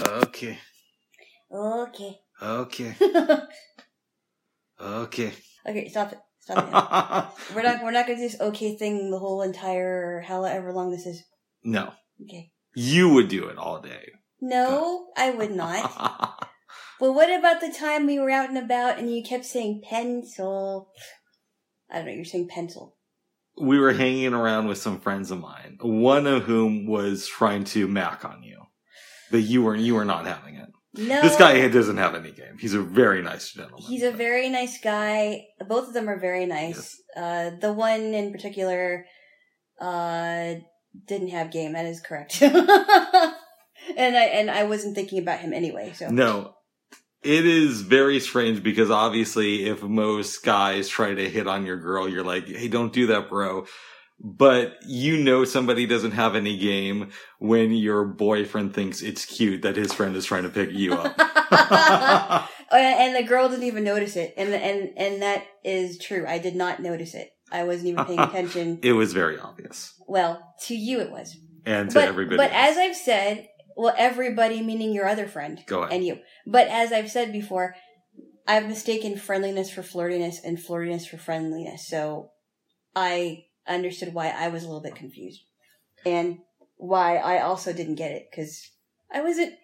Okay. Okay. Okay. Okay. okay, stop it. Stop it. we're not we're not gonna do this okay thing the whole entire however long this is. no. Okay. You would do it all day. No, I would not. but what about the time we were out and about and you kept saying pencil? I don't know, you're saying pencil. we were hanging around with some friends of mine, one of whom was trying to mac on you. But you were you were not having it. No This guy doesn't have any game. He's a very nice gentleman. He's a very nice guy. Both of them are very nice. Uh, the one in particular uh, didn't have game. That is correct. and I and I wasn't thinking about him anyway. So No. It is very strange because obviously if most guys try to hit on your girl, you're like, hey, don't do that, bro. But you know somebody doesn't have any game when your boyfriend thinks it's cute that his friend is trying to pick you and up. Uh, and the girl didn't even notice it. And and and that is true. I did not notice it. I wasn't even paying attention. it was very obvious. Well, to you it was. And to but everybody. but else. as I've said, well, everybody meaning your other friend. Go ahead. and you. But as I've said before, I've mistaken friendliness for flirtiness and flirtiness for friendliness. So I understood why I was a little bit confused and why I also didn't get it because I wasn't.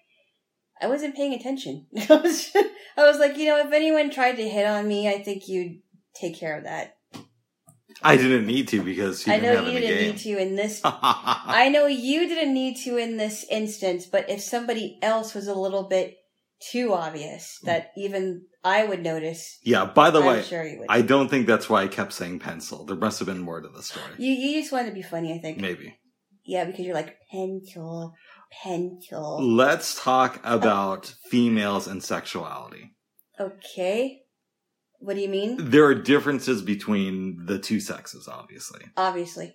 I wasn't paying attention. I was, I was like, you know, if anyone tried to hit on me, I think you'd take care of that. I didn't need to because you I didn't know have you any didn't game. need to in this I know you didn't need to in this instance, but if somebody else was a little bit too obvious that even I would notice, yeah, by the I'm way, sure you would. I don't think that's why I kept saying pencil. There must have been more to the story. you you just wanted to be funny, I think. Maybe. Yeah, because you're like pencil, Mm. pencil. Let's talk about females and sexuality. Okay, what do you mean? There are differences between the two sexes, obviously. Obviously,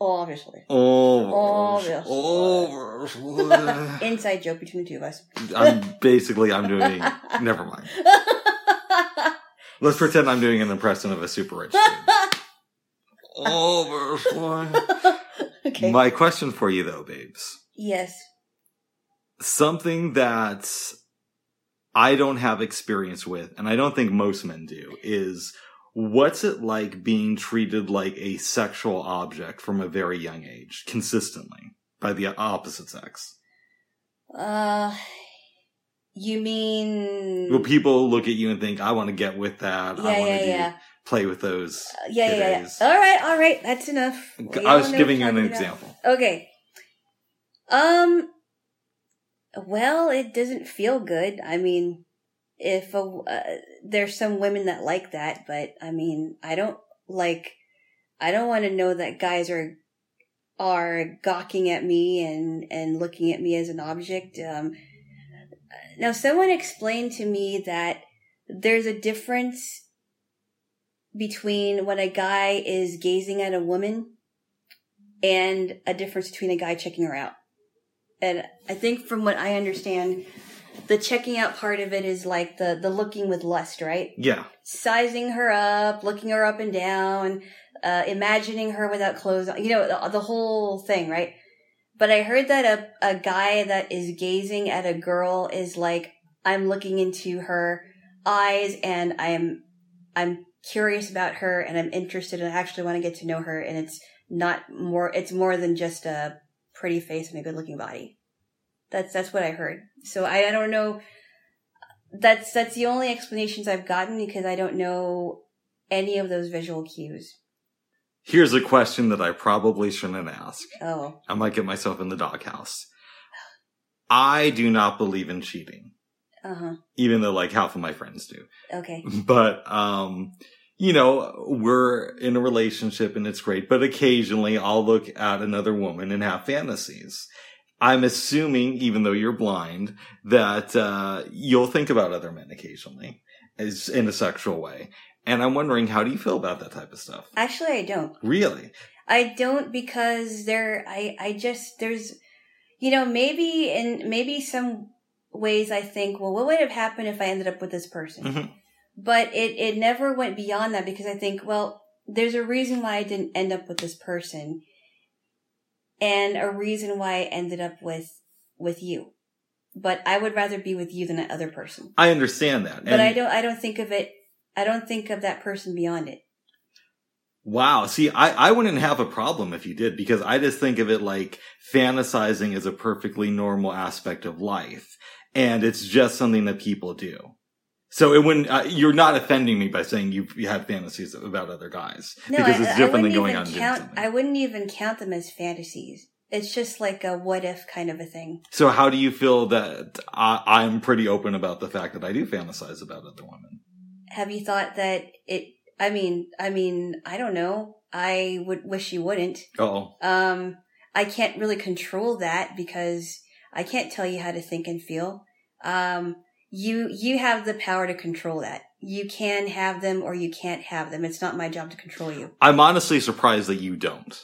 obviously. Oh, Obviously. oh, Inside joke between the two of us. I'm basically I'm doing. Never mind. Let's pretend I'm doing an impression of a super rich. Dude. Oh, okay. my question for you though, babes. yes. something that I don't have experience with, and I don't think most men do, is what's it like being treated like a sexual object from a very young age, consistently by the opposite sex? Uh, you mean? Well, people look at you and think, "I want to get with that. Mm. yeah, I want yeah, to do, yeah. play with those." yeah, yeah, yeah. Today's- All right, all right. That's enough. We I all was know giving what you an you're talking example. about. Okay. Um. Well, it doesn't feel good. I mean, if a, uh, there's some women that like that, but I mean, I don't like. I don't want to know that guys are are gawking at me and and looking at me as an object. Um, now, someone explained to me that there's a difference between when a guy is gazing at a woman and a difference between a guy checking her out. And I think from what I understand, the checking out part of it is like the, the looking with lust, right? Yeah, sizing her up, looking her up and down, uh, imagining her without clothes on, you know, the, the whole thing, right? But I heard that a, a guy that is gazing at a girl is like, I'm looking into her eyes and I'm, I'm curious about her and I'm interested and I actually want to get to know her. And it's not more, it's more than just a pretty face and a good looking body. That's, that's what I heard. So I, I don't know that's that's the only explanations I've gotten because I don't know any of those visual cues. here's a question that I probably shouldn't ask. Oh, I might get myself in the doghouse. I do not believe in cheating. uh huh. even though like half of my friends do. Okay. But um you know, we're in a relationship and it's great, but occasionally I'll look at another woman and have fantasies. I'm assuming, even though you're blind, that uh, you'll think about other men occasionally, as in a sexual way. And I'm wondering, how do you feel about that type of stuff? Actually, I don't. Really? I don't because there. I I just there's, you know, maybe in maybe some ways I think, well, what would have happened if I ended up with this person? Mhm. But it it never went beyond that because I think, well, there's a reason why I didn't end up with this person, and a reason why I ended up with with you. but I would rather be with you than that other person. I understand that. But And- I don't, I don't think of it. I don't think of that person beyond it. Wow. See, I, I wouldn't have a problem if you did because I just think of it like fantasizing is a perfectly normal aspect of life. And it's just something that people do. So it wouldn't, uh, you're not offending me by saying you, you have fantasies about other guys No, because I, it's I different wouldn't than going even out and doing count. something. I wouldn't even count them as fantasies. It's just like a what if kind of a thing. so how do you feel that I, I'm pretty open about the fact that I do fantasize about other women? Have you thought that it? I mean, I mean, I don't know. I would wish you wouldn't. Oh, Um, I can't really control that because I can't tell you how to think and feel. Um, you you have the power to control that. You can have them or you can't have them. It's not my job to control you. I'm honestly surprised that you don't.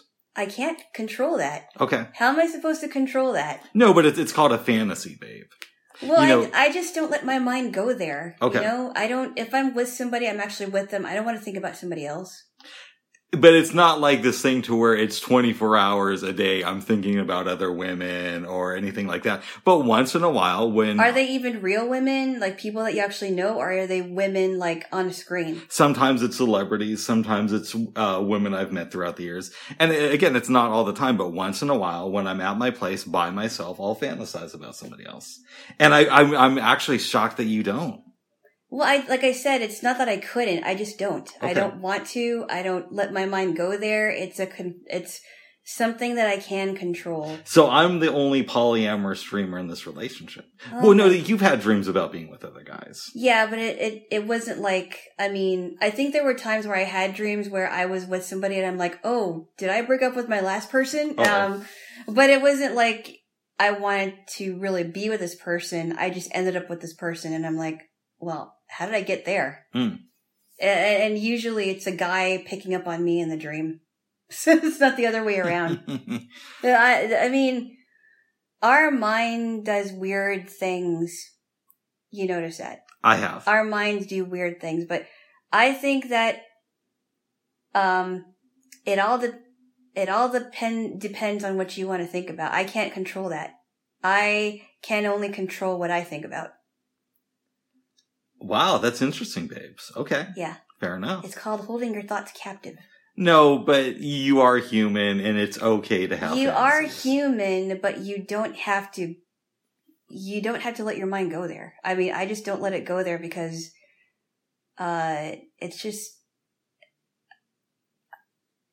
I can't control that. Okay. How am I supposed to control that? No, but it's, it's called a fantasy, babe. Well, You know- I, I just don't let my mind go there. Okay. You know, I don't, if I'm with somebody, I'm actually with them. I don't want to think about somebody else. but it's not like this thing to where it's 24 hours a day i'm thinking about other women or anything like that but once in a while when Are they even real women, like people that you actually know, or are they women like on a screen? sometimes it's celebrities sometimes it's uh, women i've met throughout the years and uh, again it's not all the time but once in a while when i'm at my place by myself i'll fantasize about somebody else and I, I'm, I'm actually shocked that you don't Well, I like I said, it's not that I couldn't. I just don't. Okay. I don't want to. I don't let my mind go there. It's a con- it's something that I can control. so i'm the only polyamorous dreamer in this relationship Oh, well no my- you've had dreams about being with other guys yeah, but it, it it wasn't like I mean, I think there were times where I had dreams where I was with somebody and I'm like, "Oh, did I break up with my last person?" Uh-oh. Um but it wasn't like I wanted to really be with this person. I just ended up with this person and I'm like, "Well, how did I get there?" Hmm. A- a- And usually it's a guy picking up on me in the dream. So it's not the other way around. I, I mean, our mind does weird things. You notice that i have our minds do weird things, but I think that um it all de- it all depend depends on what you want to think about. I can't control that. I can only control what I think about. Wow, that's interesting, babes. Okay. Yeah. Fair enough. It's called holding your thoughts captive. no, but you are human and it's okay to have you are fantasies. human, but you don't have to you don't have to let your mind go there. I mean, I just don't let it go there because uh it's just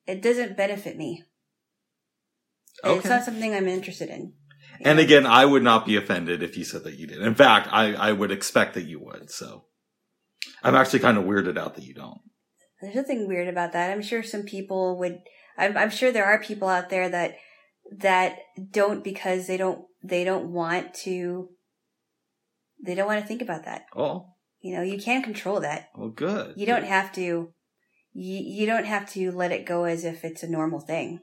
it doesn't benefit me. And It's Okay. not something I'm interested in. And again, I would not be offended if you said that you did. In fact, I, I would expect that you would. So I'm actually kind of weirded out that you don't. There's nothing weird about that. I'm sure some people would. I'm, I'm sure there are people out there that that don't because they don't they don't want to. They don't want to think about that. Oh, You know, you can control that. well, good. You don't have to. You, you don't have to let it go as if it's a normal thing.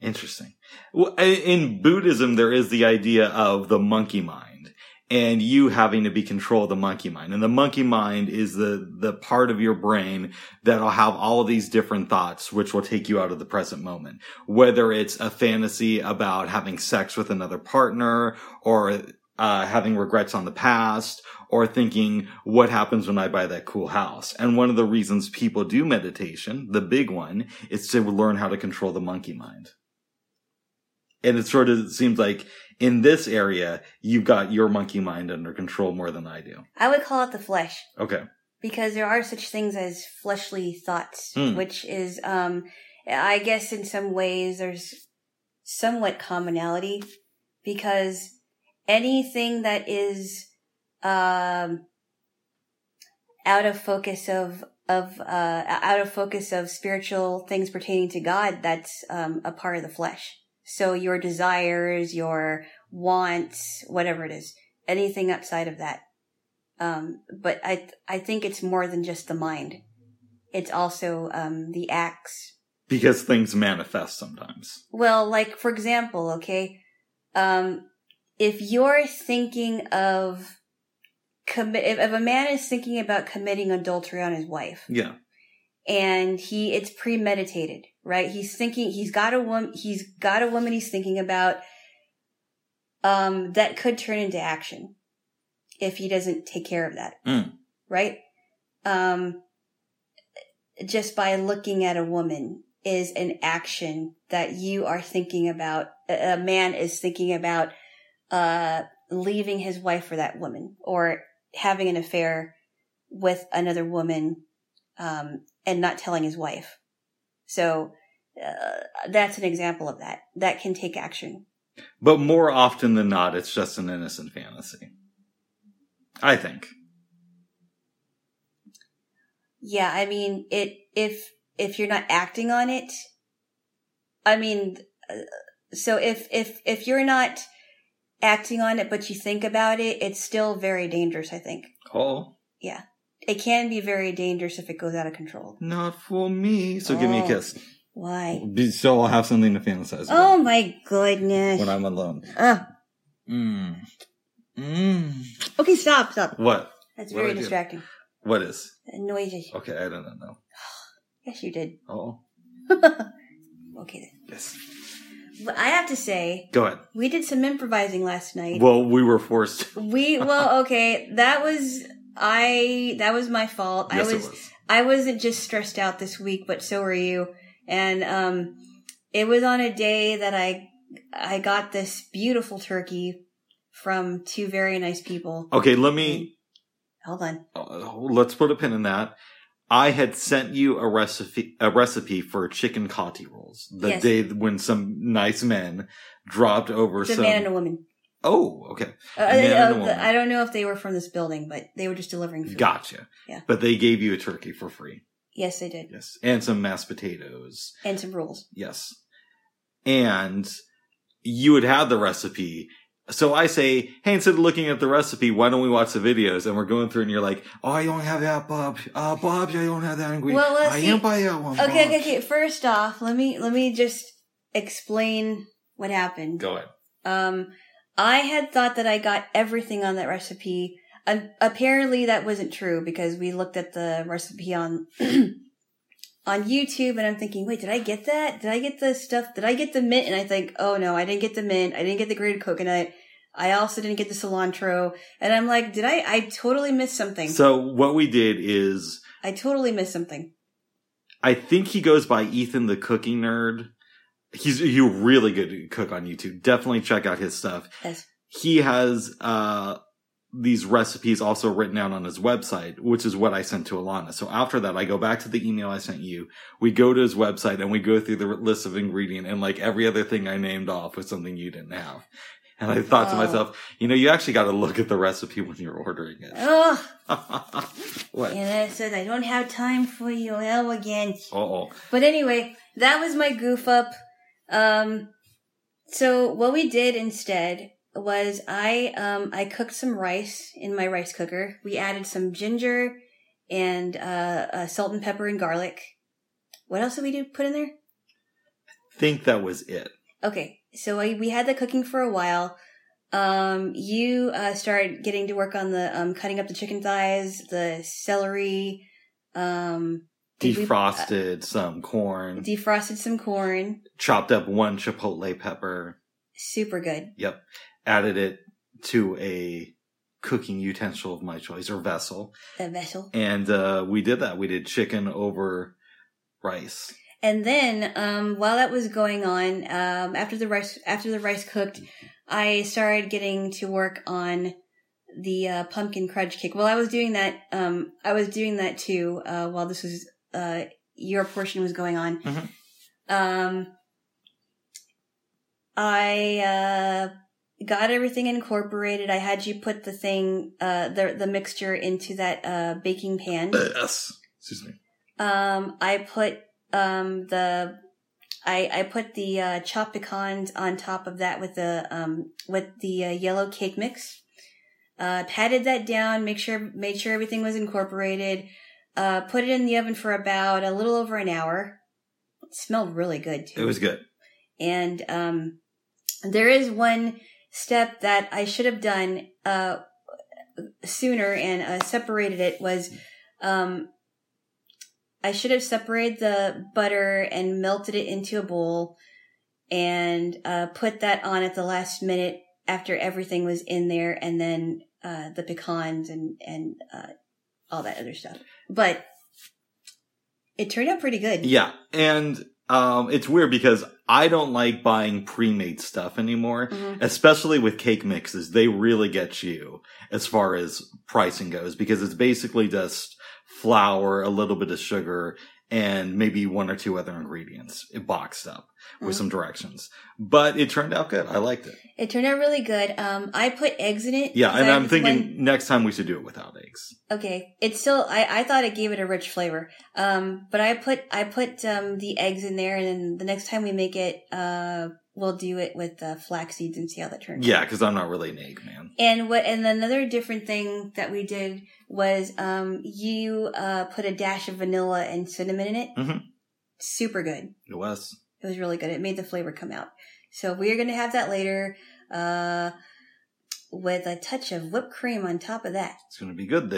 Interesting. Well, i- in Buddhism, there is the idea of the monkey mind and you having to be control of the monkey mind. And the monkey mind is the, the part of your brain that'll have all of these different thoughts, which will take you out of the present moment. Whether it's a fantasy about having sex with another partner or uh, having regrets on the past or thinking what happens when I buy that cool house. And one of the reasons people do meditation, the big one, is to learn how to control the monkey mind. And it sort of seems like in this area, you've got your monkey mind under control more than I do. I would call it the flesh. Okay. because there are such things as fleshly thoughts, Hmm. which is, um, I guess, in some ways, there's somewhat commonality because anything that is um, out of focus of of uh, out of focus of spiritual things pertaining to God, that's um, a part of the flesh. So your desires, your wants, whatever it is, anything outside of that. Um, but I I think it's more than just the mind. It's also um, the acts. Because things manifest sometimes. Well, like for example, okay, um, if you're thinking of commi- if, if a man is thinking about committing adultery on his wife, Yeah. and he it's premeditated right he's thinking he's got a woman he's got a woman he's thinking about um, that could turn into action if he doesn't take care of that. Mm. Right? Um, just by looking at a woman is an action that you are thinking about. A a man is thinking about, uh, leaving his wife for that woman or having an affair with another woman, um, and not telling his wife. So, uh, that's an example of that. That can take action. But more often than not, it's just an innocent fantasy. I think. Yeah, I mean, it if if you're not acting on it, I mean, uh, so if if if you're not acting on it but you think about it, it's still very dangerous, I think. Oh, It can be very dangerous if it goes out of control. not for me. So give me a Oh. kiss. Why? Be- So I'll have something to fantasize Oh about my goodness. when I'm alone. Ugh. Mm. Mm. okay, stop, stop. What? That's What very did I do? distracting. What is? Noisy. Okay, I don't know. Yes, you did. Oh, Okay then. yes. But I have to say, Go ahead. we did some improvising last night. Well, we were forced. We well, okay, that was I that was my fault. yes, I it was. I wasn't just stressed out this week, but so were you. And um it was on a day that I I got this beautiful turkey from two very nice people. Okay, let me. Hold on. uh, let's put a pin in that. I had sent you a recipe, a recipe for chicken cotti rolls the Yes. day when some nice men dropped over It's a some. man and a woman. oh, okay. Uh, man and a uh, the- woman. I don't know if they were from this building, but they were just delivering food. Gotcha. Yeah. But they gave you a turkey for free. Yes, they did. Yes. And some mashed potatoes. And some rules. Yes. And you had had the recipe. So I say, hey, instead of looking at the recipe, why don't we watch the videos? And we're going through and you're like, oh, I don't have that, Bob. Uh, Bob, I don't have that ingredient. Well, let's I see. am by that one. Okay, Bob." okay, okay. First off, let me let me just explain what happened. Go ahead. Um, I had thought that I got everything on that recipe. Um, apparently, that wasn't true because we looked at the recipe on on YouTube, and I'm thinking, wait, did I get that? Did I get the stuff? Did I get the mint? And I think, oh no, I didn't get the mint. I didn't get the grated coconut. I also didn't get the cilantro. And I'm like, did I? I totally missed something. So what we did is, I totally missed something. I think he goes by Ethan the Cooking Nerd. He's you really good cook on YouTube. Definitely check out his stuff. Yes. He has uh these recipes also written out on his website, which is what I sent to Alana. So after that, I go back to the email I sent you. We go to his website and we go through the list of ingredient and like every other thing I named off was something you didn't have. And I thought to Oh. myself, you know, you actually got to look at the recipe when you're ordering it. Ugh. what? Oh. And I said, I don't have time for you now again. Oh, But anyway, that was my goof up. Um, so what we did instead was I um I cooked some rice in my rice cooker. We added some ginger and uh, uh salt and pepper and garlic. What else did we do put in there? think that was it. Okay, so I, we had that cooking for a while. Um, you uh, started getting to work on the um, cutting up the chicken thighs, the celery, um, Did we- defrosted some corn, defrosted some corn. chopped up one chipotle pepper, Super good. added it to a cooking utensil of my choice or vessel, the vessel. and uh, we did that. We did chicken over rice. And then, um, while that was going on, um, after the rice, after the rice cooked, I started getting to work on the uh, pumpkin crudge cake. While I was doing that, um, I was doing that too. Uh, while this was uh, your portion was going on, Mhm. um, I uh, got everything incorporated. I had you put the thing, uh, the the mixture into that uh, baking pan. Yes. Excuse me. Um, I put um the I I put the uh, chopped pecans on top of that with the um with the uh, yellow cake mix. Uh, patted that down. Make sure made sure everything was incorporated. Uh, put it in the oven for about a little over an hour. It smelled really good too. It was good. And um, there is one step that I should have done uh, sooner and uh, separated it was um, I should have separated the butter and melted it into a bowl and uh, put that on at the last minute after everything was in there and then uh, the pecans and and uh, all that other stuff. But it turned out pretty good. Yeah. And um, it's weird because I don't like buying pre-made stuff anymore, Mhm. especially with cake mixes. They really get you as far as pricing goes because it's basically just flour, a little bit of sugar, and maybe one or two other ingredients boxed up with Mhm. some directions. But it turned out good. I liked it. It turned out really good. Um, I put eggs in it. Yeah. 'cause And I I'm was thinking one- next time we should do it without eggs. okay, it's still. I, I thought it gave it a rich flavor. Um, but I put I put um the eggs in there, and then the next time we make it, uh, we'll do it with uh, flax seeds and see how that turns. out. Yeah. Cause I'm not really an egg man. And what and another different thing that we did was um you uh put a dash of vanilla and cinnamon in it. Mhm. Super good. It was. It was really good. It made the flavor come out. So we are gonna have that later, uh with a touch of whipped cream on top of that. It's gonna be good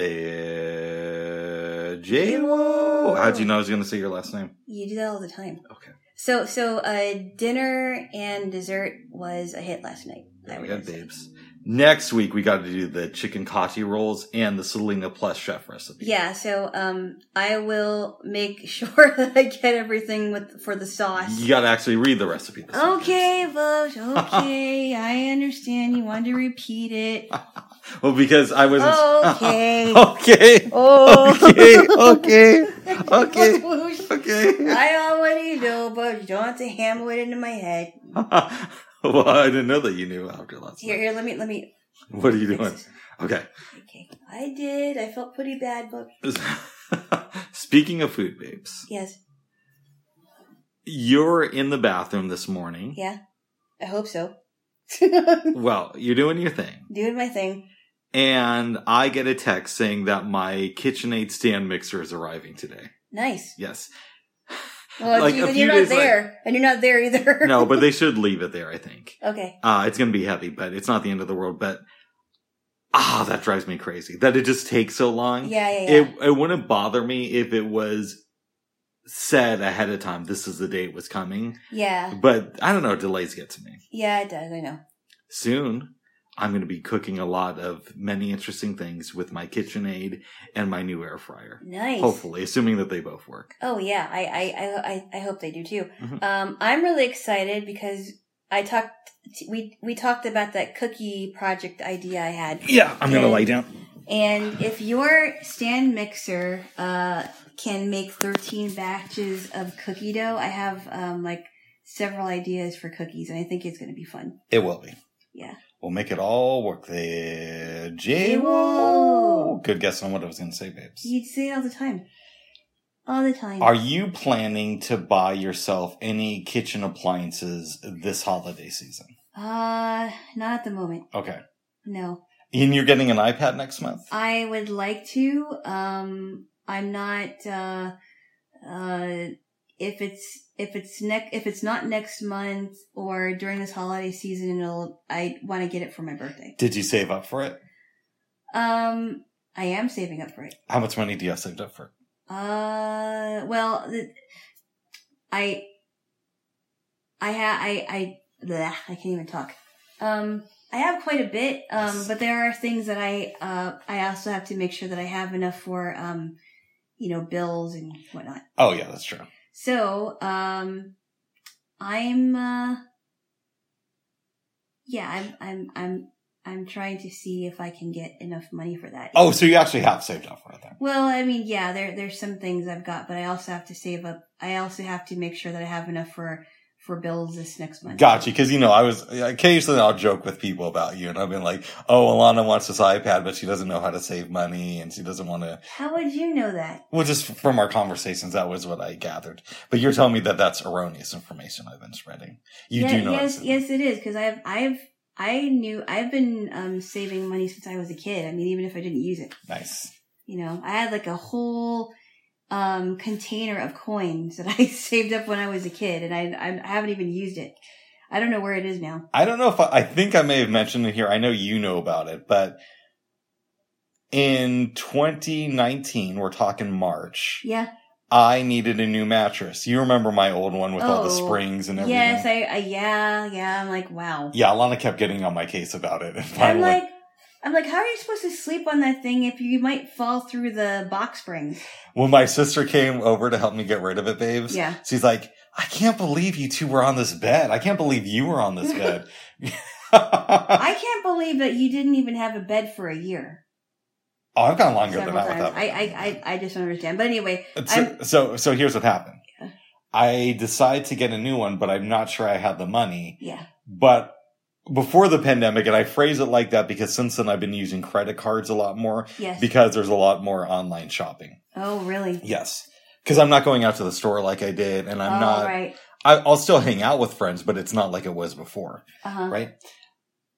there. J-Lo. How'd you know I was gonna say your last name? You do that all the time. Okay. So so uh dinner and dessert was a hit last night. I There we would go, say. babes. Next week we gotta do the chicken kachi rolls and the Selena Plus chef recipe. Yeah, so um I will make sure that I get everything with for the sauce. You gotta actually read the recipe. this time. Okay, Vosh. Okay, I understand. You wanted to repeat it. Well, because I wasn't. Okay. okay. Oh. Okay. Okay. Okay. Whoosh. Okay. I already know, but you don't have to hammer it into my head. well, I didn't know that you knew after last Here, night. here. Let me, let me. What are you fix doing? this. Okay. Okay, I did. I felt pretty bad, but Speaking of food, babes, yes, you're in the bathroom this morning. yeah. I hope so. Well, you're doing your thing. Doing my thing. And I get a text saying that my KitchenAid stand mixer is arriving today. Nice. Yes. Well, Like, you, a then few you're not days there, and you're not there either. No, but they should leave it there, I think. okay. Uh, it's going to be heavy, but it's not the end of the world. But ah, that drives me crazy that it just takes so long. Yeah, yeah, yeah. It, it wouldn't bother me if it was said ahead of time, this is the day it was coming. yeah, But I don't know, delays get to me. yeah. It does. I know. soon I'm going to be cooking a lot of many interesting things with my KitchenAid and my new air fryer. Nice. Hopefully, assuming that they both work. Oh yeah, I I I, I- I hope they do too. Mhm. Um, I'm really excited because I talked we we talked about that cookie project idea I had, Yeah, I'm gonna lay down. and if your stand mixer uh can make 13 batches of cookie dough, I have um like several ideas for cookies, and I think it's gonna be fun. It will be. Yeah. We'll make it all work there. J-Wo. Good guess on what I was going to say, babes. You say it all the time, all the time. Are you planning to buy yourself any kitchen appliances this holiday season? uh not at the moment. Okay. No. And you're getting an iPad next month? I would like to. Um, I'm not. Uh, uh, if it's if it's next if it's not next month or during this holiday season, it'll. I want to get it for my birthday. Did you save up for it? Um, I am saving up for it. How much money do you have saved up for it? Uh, well, the, I, I ha I I bleh, I can't even talk. Um, I have quite a bit. Um, Yes. but there are things that I uh I also have to make sure that I have enough for um, you know, bills and whatnot. Oh, yeah, that's true. So um, I'm uh, yeah, I'm I'm I'm I'm trying to see if I can get enough money for that. Oh, so you actually have saved up for it then. Well, I mean, yeah, there there's some things I've got, but I also have to save up. I also have to make sure that I have enough for for bills this next month. Gotcha. Because, you know, I was occasionally I'll joke with people about you and I've been like, oh, Alana wants this iPad, but she doesn't know how to save money and she doesn't want to. How would you know that? Well, just from our conversations, that was what I gathered. But you're telling me that that's erroneous information I've been spreading. You Yeah, do know. it's- yes, yes, it is because I've I've I knew I've been um, saving money since I was a kid. I mean, even if I didn't use it, Nice. you know, I had like a whole um, container of coins that I saved up when I was a kid, and I I haven't even used it. I don't know where it is now. I don't know if I, I think I may have mentioned it here. I know you know about it, but in 2019, we're talking March. Yeah, I needed a new mattress. You remember my old one with all the Oh, springs and everything. Yes, I, I yeah, yeah. I'm like, wow. yeah, Alana kept getting on my case about it. And I'm finally, like, I'm like, how are you supposed to sleep on that thing if you might fall through the box springs? when my sister came over to help me get rid of it, babes, Yeah. she's like, I can't believe you two were on this bed. I can't believe you were on this bed. oh, I can't believe that you didn't even have a bed for a year. I've gone longer than Several that times. without I, I, I, I just don't understand. But anyway, So, so, so here's what happened. Yeah. I decide to get a new one, but I'm not sure I had the money. yeah. But before the pandemic, and I phrase it like that because since then I've been using credit cards a lot more Yes. because there's a lot more online shopping. oh, really? Yes. Because I'm not going out to the store like I did, and I'm oh, not, right. I, I'll still hang out with friends, but it's not like it was before, Uh-huh. right?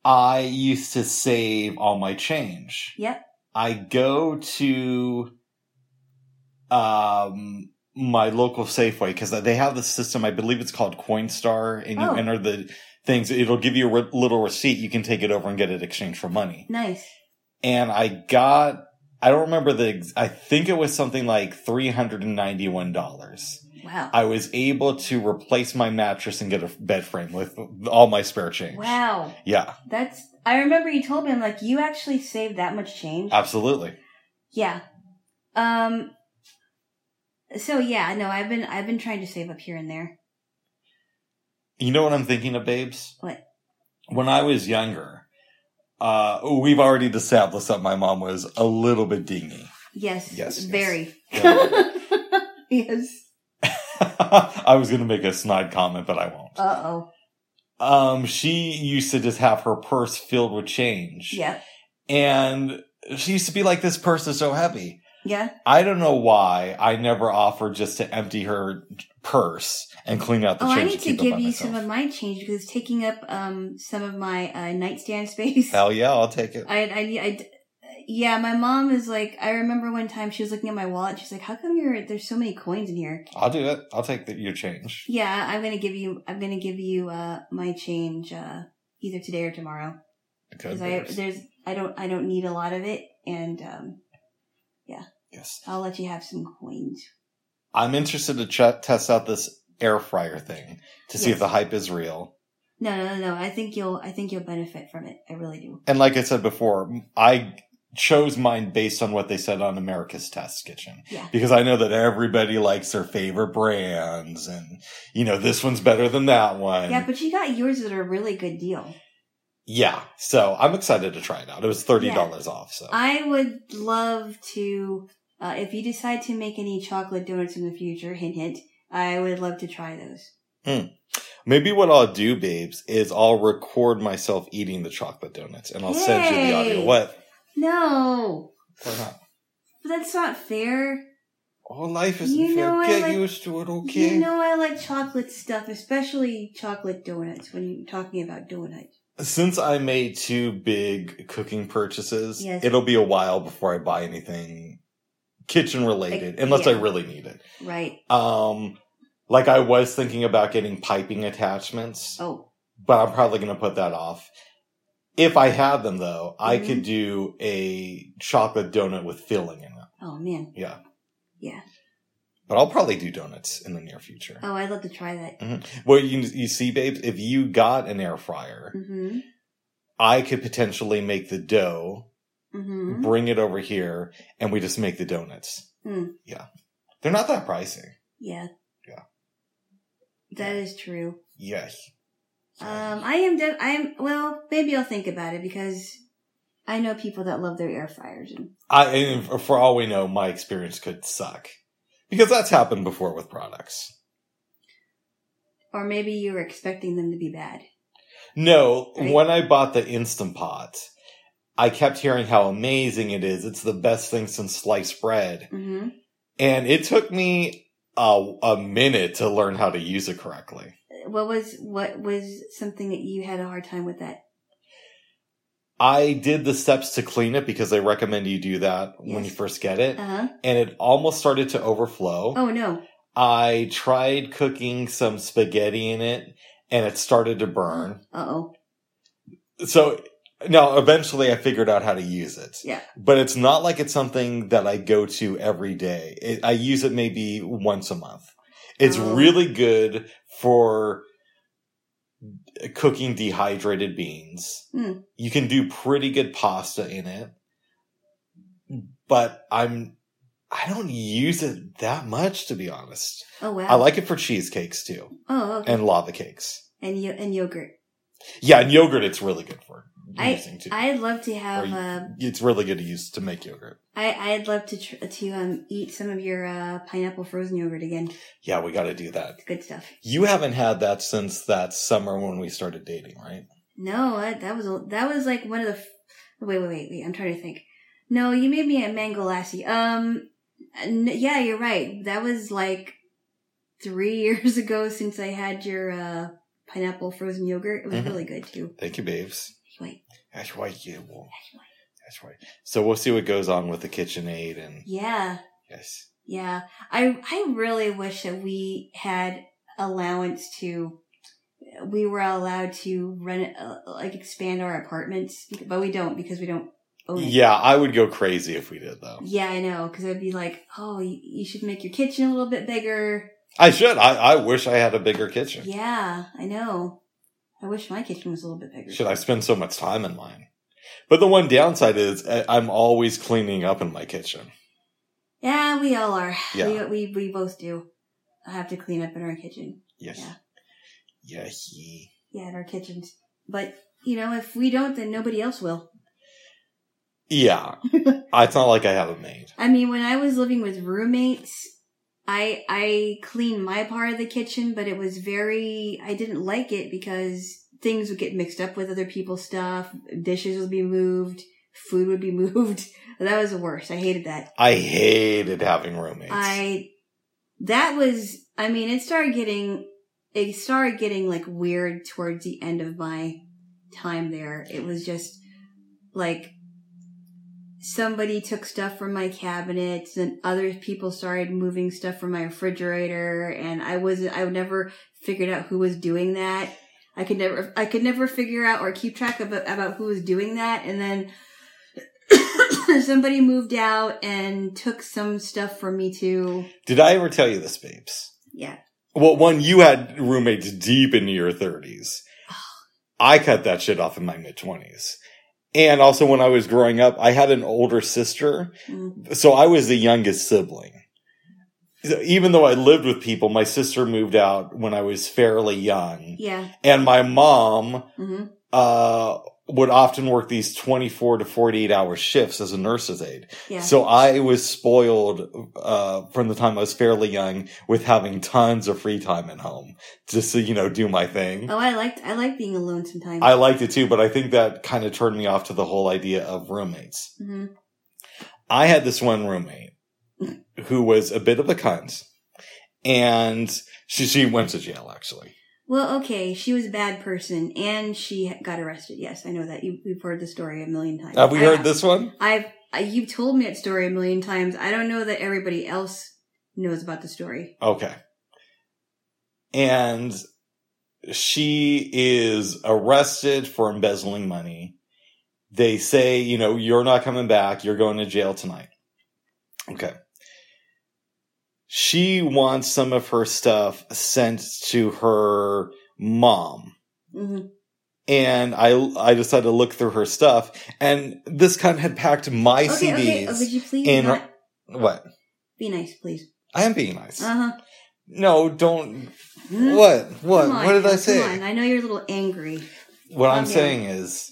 I used to save all my change. Yep. I go to um my local Safeway because they have this system. I believe it's called Coinstar, and you Oh. enter the things. It'll give you a re- little receipt. You can take it over and get it exchanged for money. Nice. And I got. I don't remember the. ex- I think it was something like three hundred and ninety-one dollars. Wow. I was able to replace my mattress and get a bed frame with all my spare change. Wow. Yeah, That's, I remember you told me, I'm like, you actually saved that much change? absolutely. Yeah. Um, so yeah, no, I've been, I've been trying to save up here and there. You know what I'm thinking of, babes? What? When I was younger, uh, we've already established that my mom was a little bit dingy. Yes. Yes, yes. Very. Yeah. yes. I was going to make a snide comment, but I won't. Uh oh. Um, she used to just have her purse filled with change. Yeah. And she used to be like, this purse is so heavy. Yeah. I don't know why I never offered just to empty her purse and clean out the Oh, change. I need and to keep it give by you myself. some of my change because it's taking up um some of my uh, nightstand space. Hell yeah, I'll take it. I, I, I, yeah, my mom is like, I remember one time she was looking at my wallet. She's like, "How come you're there's so many coins in here?" I'll do it. I'll take the, your change. Yeah, I'm gonna give you. I'm gonna give you uh my change uh either today or tomorrow Okay. because I babes. there's I don't I don't need a lot of it and um yes. I'll let you have some coins. I'm interested to ch- test out this air fryer thing to see Yes. if the hype is real. No, no, no, no. I think you'll I think you'll benefit from it. I really do. And like I said before, I chose mine based on what they said on America's Test Kitchen. Yeah. Because I know that everybody likes their favorite brands and, you know, this one's better than that one. Yeah, but you got yours at a really good deal. Yeah. So I'm excited to try it out. It was $30 off. So I would love to, uh, if you decide to make any chocolate donuts in the future, hint, hint, I would love to try those. maybe what I'll do, babes, is I'll record myself eating the chocolate donuts and I'll send you the audio. Yay. What? No, Why not? but that's not fair. Oh, life isn't You fair. know I Get like- used to it, okay? You know I like chocolate stuff, especially chocolate donuts when you're talking about donuts. Since I made two big cooking purchases, Yes. it'll be a while before I buy anything kitchen related, Like, unless I yeah. really need it. Right. Um, like I was thinking about getting piping attachments, Oh, but I'm probably going to put that off. If I had them though, I Mhm. could do a chocolate donut with filling in it. oh man. But I'll probably do donuts in the near future. Oh, I'd love to try that. Well, you, you see, babes, if you got an air fryer, Mm-hmm. I could potentially make the dough Mm-hmm. bring it over here, and we just make the donuts. Hmm. Yeah. They're not that pricey. Yeah. Yeah. That is true. Yes. Um, I am. De- I am. Well, maybe I'll think about it because I know people that love their air fryers, and I, and for all we know, my experience could suck because that's happened before with products. or maybe you were expecting them to be bad. No, Right. when I bought the Instant Pot, I kept hearing how amazing it is. It's the best thing since sliced bread. Mm-hmm. And it took me a, a minute to learn how to use it correctly. Uh, What was what was something that you had a hard time with that? I did the steps to clean it because they recommend you do that when Yes. you first get it. Uh huh. and it almost started to overflow. Oh no. I tried cooking some spaghetti in it and it started to burn. Uh oh. So Now, eventually I figured out how to use it. Yeah. But it's not like it's something that I go to every day. It, I use it maybe once a month. It's Oh. really good for cooking dehydrated beans. Hmm. You can do pretty good pasta in it. But I'm I don't use it that much to be honest. Oh wow. I like it for cheesecakes too Oh, okay. and lava cakes. and yo- and yogurt. Yeah, and yogurt it's really good for I- using too. I'd love to have. you- Uh, it's really good to use to make yogurt. I I'd love to tr- to um eat some of your uh, pineapple frozen yogurt again. Yeah, we got to do that. It's good stuff. You haven't had that since that summer when we started dating, right? No, that, that was a- that was like one of the. F- wait, wait, wait, wait. I'm trying to think. No, you made me a mango lassi. Um, n- yeah, you're right. That was like three years ago since I had your uh, pineapple frozen yogurt. It was Mhm. really good too. Thank you, babes. Wait, That's right, yeah. Well, that's right. So we'll see what goes on with the KitchenAid and yeah, yes, yeah. I I really wish that we had allowance to. We were allowed to rent, uh, like expand our apartments, but we don't because we don't own it. Oh, yeah. I would go crazy if we did though. Yeah, I know, because I'd be like, oh, you, you should make your kitchen a little bit bigger. I should. I, I wish I had a bigger kitchen. Yeah, I know. I wish my kitchen was a little bit bigger. Should I spend so much time in mine? But the one downside is I- I'm always cleaning up in my kitchen. Yeah, we all are. Yeah. We, we, we both do. I have to clean up in our kitchen. Yes. Yeah. Yeah. He. Yeah, in our kitchens. But, you know, if we don't, then nobody else will. Yeah. it's not like I have a maid. I mean, when I was living with roommates, I I cleaned my part of the kitchen, but it was very I didn't like it because things would get mixed up with other people's stuff, dishes would be moved, food would be moved. that was the worst. I hated that. I hated having roommates. I that was I mean, it started getting it started getting like weird towards the end of my time there. It was just like somebody took stuff from my cabinets and other people started moving stuff from my refrigerator and I wasn't I never figured out who was doing that. I could never I could never figure out or keep track of about who was doing that and then somebody moved out and took some stuff from me too. Did I ever tell you this, babes? Yeah. Well, one, you had roommates deep into your 30s. I cut that shit off in my mid 20s. And also, when I was growing up, I had an older sister. Mm. So I was the youngest sibling. So even though I lived with people, my sister moved out when I was fairly young. Yeah. And my mom Mhm. uh, would often work these 24 to 48 hour shifts as a nurse's aide. Yeah. So I was spoiled uh, from the time I was fairly young with having tons of free time at home just to, you know, do my thing. oh, I liked I like being alone sometimes. I liked it too, but I think that kind of turned me off to the whole idea of roommates. hmm I had this one roommate Mm. who was a bit of a cunt and she, she went to jail actually. Well, okay, she was a bad person and she got arrested. Yes, I know that. You, we've heard the story a million times. Have we I- heard this one? I've I, you've told me that story a million times. I don't know that everybody else knows about the story. Okay. And she is arrested for embezzling money. They say, you know, you're not coming back. You're going to jail tonight. Okay. She wants some of her stuff sent to her mom. hmm And I, I decided to look through her stuff. And this cunt had packed my Okay, okay. CDs. Oh, would you please and- not What? be nice, please? I am being nice. Uh huh. no, don't. What? What? what did I say? Hmm? Come on. I know you're a little angry. What I'm Love you. saying is,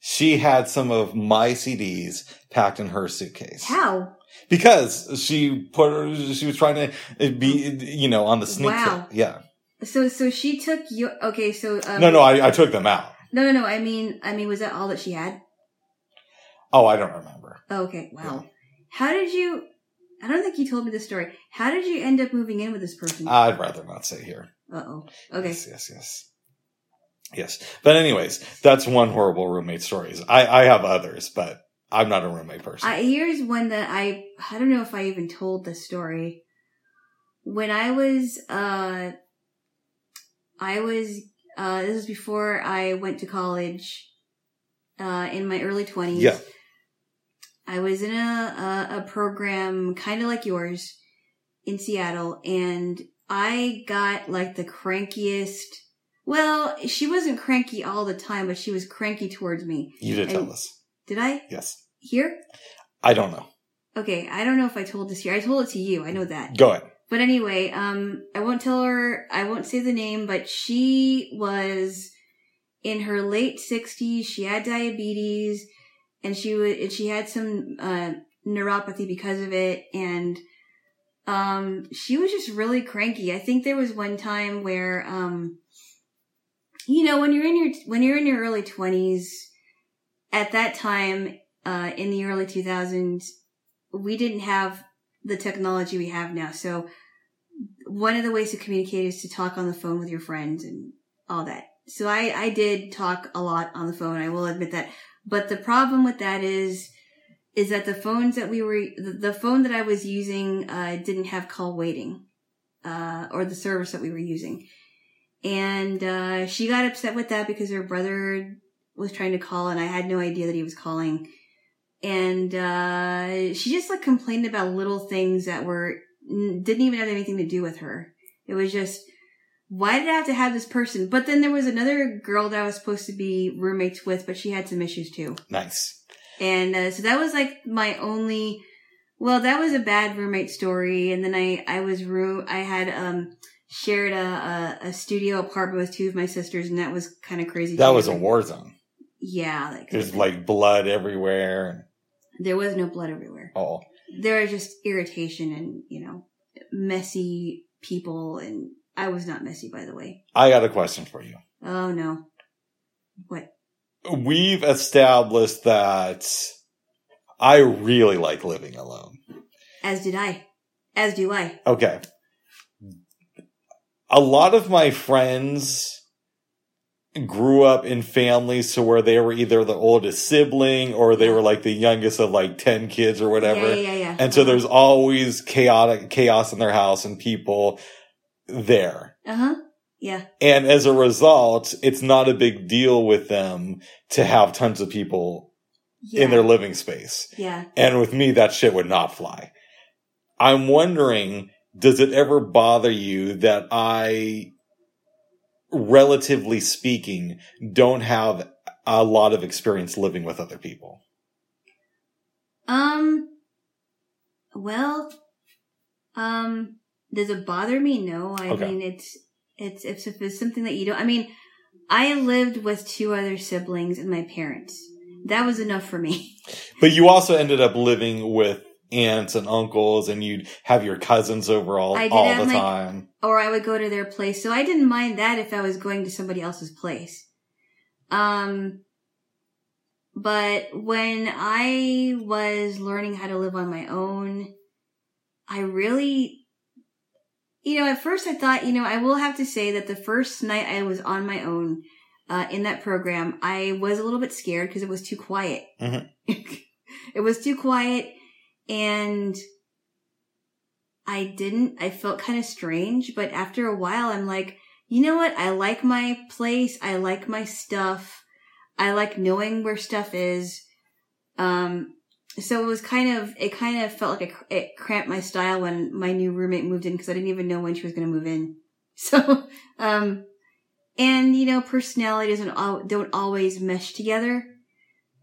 she had some of my CDs packed in her suitcase How? because she put her, she was trying to be, you know, on the sneak. Wow. peek. Yeah. So so she took you. Okay, so um, no, no, I, I took them out. no, no, no. I mean, I mean, was that all that she had? Oh, I don't remember. Oh, okay. Wow. How did you? I don't think you told me this story. How did you end up moving in with this person? Uh I'd rather not say here. oh. Okay. Yes, yes, yes. Yes. But anyways, that's one horrible roommate stories. I, I have others, but I'm not a roommate person. I, here's one that I I don't know if I even told the story. When I was uh, I was uh, this was before I went to college. uh, in my early 20s. Yeah. I was in a, a, a program kind of like yours in Seattle, and I got like the crankiest. Well, she wasn't cranky all the time, but she was cranky towards me. You did I- tell us. Did I? Yes. Here? I don't know. Okay, I don't know if I told this here. I told it to you. I know that. Go ahead. But anyway, um, I won't tell her, I won't say the name, but she was in her late 60s. She had diabetes and she was, and she had some, uh, neuropathy because of it. And, um, she was just really cranky. I think there was one time where, um, you know, when you're in your, when you're in your early 20s, at that time, uh, in the early 2000s, we didn't have the technology we have now. So one of the ways to communicate is to talk on the phone with your friends and all that. So I, I did talk a lot on the phone. I will admit that. But the problem with that is, is that the phones that we were, the, the phone that I was using, uh, didn't have call waiting, uh, or the service that we were using. And, uh, she got upset with that because her brother was trying to call and I had no idea that he was calling and uh, she just like complained about little things that were n- didn't even have anything to do with her. It was just why did I have to have this person? But then there was another girl that I was supposed to be roommates with, but she had some issues too, Nice. and uh, so that was like my only. Well, that was a bad roommate story, and then I I was room I had um shared a a, a studio apartment with two of my sisters, and that was kind of crazy. That too. was a war zone. Yeah, like There's like blood everywhere. there was no blood everywhere. Oh, there is just irritation and you know messy people and i was not messy by the way I got a question for you. oh no what We've established that I really like living alone. as did i as do i Okay. A lot of my friends grew up in families to where they were either the oldest sibling or they were like the youngest of like 10 kids or whatever. yeah yeah yeah, yeah. And so Uh-huh. there's always chaotic chaos in their house and people there. uh-huh yeah And as a result, it's not a big deal with them to have tons of people yeah in their living space. yeah And with me, that shit would not fly. I'm wondering, does it ever bother you that I, relatively speaking, don't have a lot of experience living with other people? um well um does it bother me no i Okay. mean it's it's it's if it's something that you don't i mean i lived with two other siblings and my parents that was enough for me But you also ended up living with aunts and uncles and you'd have your cousins over all, I did all have the my- time. or I would go to their place. So I didn't mind that if I was going to somebody else's place. Um, but when I was learning how to live on my own, I really, you know, at first I thought, you know, I will have to say that the first night I was on my own, uh, in that program, I was a little bit scared because it was too quiet. Mhm. it was too quiet and I didn't. I felt kind of strange, but after a while, I'm like, you know what? I like my place. I like my stuff. I like knowing where stuff is. Um, so it was kind of, it kind of felt like it, it cramped my style when my new roommate moved in because I didn't even know when she was going to move in. So, um, and you know, personality doesn't al- don't always mesh together,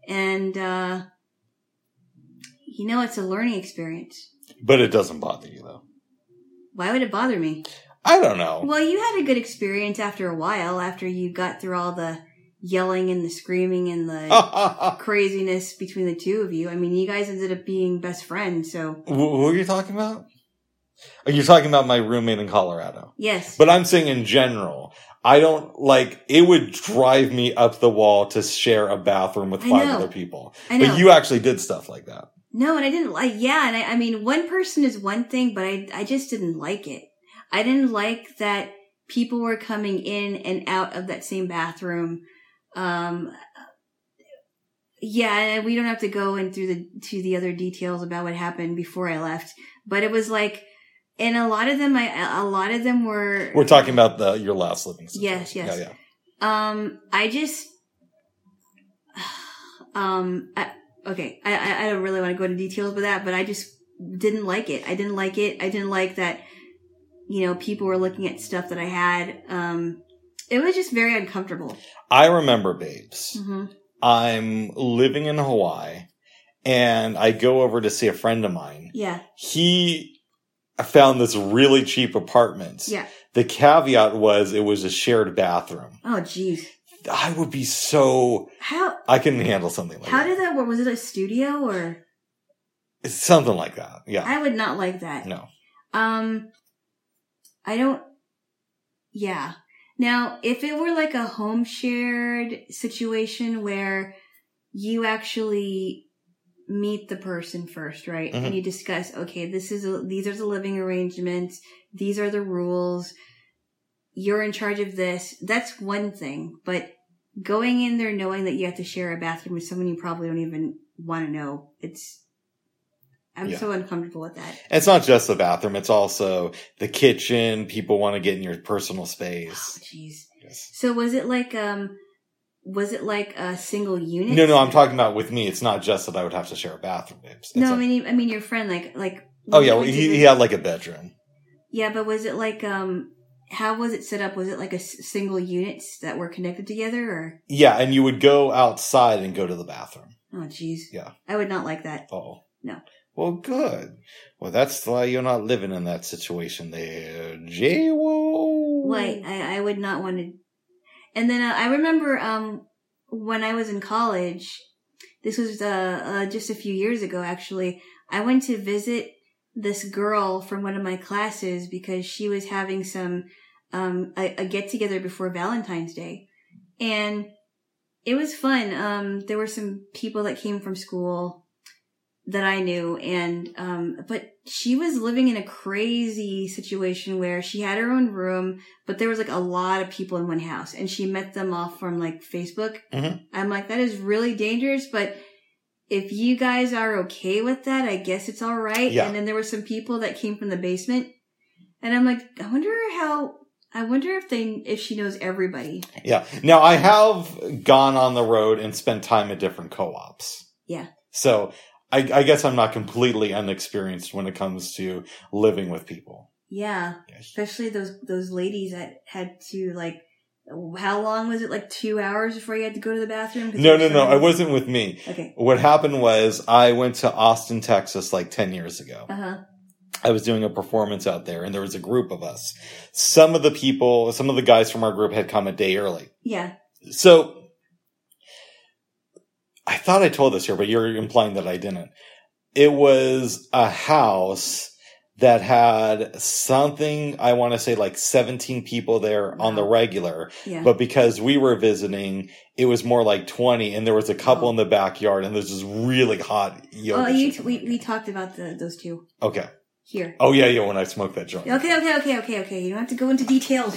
and uh, you know, it's a learning experience. But it doesn't bother you though. Why would it bother me? I don't know. Well, you had a good experience after a while, after you got through all the yelling and the screaming and the Oh. craziness between the two of you. I mean, you guys ended up being best friends, so Wh- Who are you talking about? Are you talking about my roommate in Colorado? yes. But I'm saying in general, I don't like it would drive me up the wall to share a bathroom with I five know. other people. I know. But you actually did stuff like that. no, and I didn't like, yeah, and I, I mean, one person is one thing, but I, I just didn't like it. I didn't like that people were coming in and out of that same bathroom. Um, yeah, and we don't have to go into the to the other details about what happened before I left, but it was like, and a lot of them, I a lot of them were We're talking about the your last living situation. Um, Yes, yes. Yeah, yeah. Um, I just, Um, I, okay, I- I, I don't really want to go into details with that, but I just didn't like it. I didn't like it. I didn't like that, you know, people were looking at stuff that I had. Um, it was just very uncomfortable. I remember Babes. Mm-hmm. I'm living in Hawaii and I go over to see a friend of mine. Yeah, He found this really cheap apartment. yeah. The caveat was it was a shared bathroom. Oh, jeez. I would be so, How I couldn't handle something like how that. did that? What was it? A studio or? It's something like that. Yeah. I would not like that. no. Um, I don't. Yeah. Now, if it were like a home shared situation where you actually meet the person first, right? Mm-hmm. And you discuss, okay, this is a, these are the living arrangements, these are the rules. You're in charge of this. That's one thing, but going in there knowing that you have to share a bathroom with someone you probably don't even want to know, it's I'm Yeah. so uncomfortable with that. It's not just the bathroom. It's also the kitchen. People want to get in your personal space. Oh, Jeez. Yes. So was it like um was it like a single unit? No, no, I'm talking about with me. It's not just that I would have to share a bathroom, babes. It's No, I a- mean I mean your friend like like oh yeah, well, went to he, the- he had like a bedroom. Yeah, but was it like um how was it set up? Was it like a s- single units that were connected together or Yeah, and you would go outside and go to the bathroom. Oh jeez. Yeah. I would not like that. Oh. No. Well, good. Well, that's why you're not living in that situation there, J-Wo. Like I I would not want to And then uh, I remember um when I was in college this was uh, uh just a few years ago actually I went to visit this girl from one of my classes because she was having some um a, a get together before Valentine's Day. And it was fun. Um there were some people that came from school that I knew and um but she was living in a crazy situation where she had her own room, but there was like a lot of people in one house and she met them off from like Facebook. Mhm. I'm like that is really dangerous, but if you guys are okay with that, I guess it's all right. Yeah. And then there were some people that came from the basement, and I'm like, I wonder how. I wonder if they if she knows everybody. Yeah. Now I have gone on the road and spent time at different co-ops. Yeah. So I, I guess I'm not completely unexperienced when it comes to living with people. Yeah, Yes. especially those those ladies that had to like. How long was it? Like two hours before you had to go to the bathroom? 'Cause No, they no, were no. trying- I wasn't with me. Okay. What happened was I went to Austin, Texas like 10 years ago. Uh huh. I was doing a performance out there and there was a group of us. Some of the people, some of the guys from our group had come a day early. Yeah. So I thought I told this here, but you're implying that I didn't. It was a house that had something, I want to say like 17 people there on the Wow. regular. Yeah. But because we were visiting, it was more like 20 and there was a couple Oh. in the backyard and there's this really hot yoga. oh, you shit t- we going on. we talked about the, those two okay. here. Oh, yeah, yeah, when I smoked that joint. Okay, okay, okay, okay, okay. You don't have to go into details.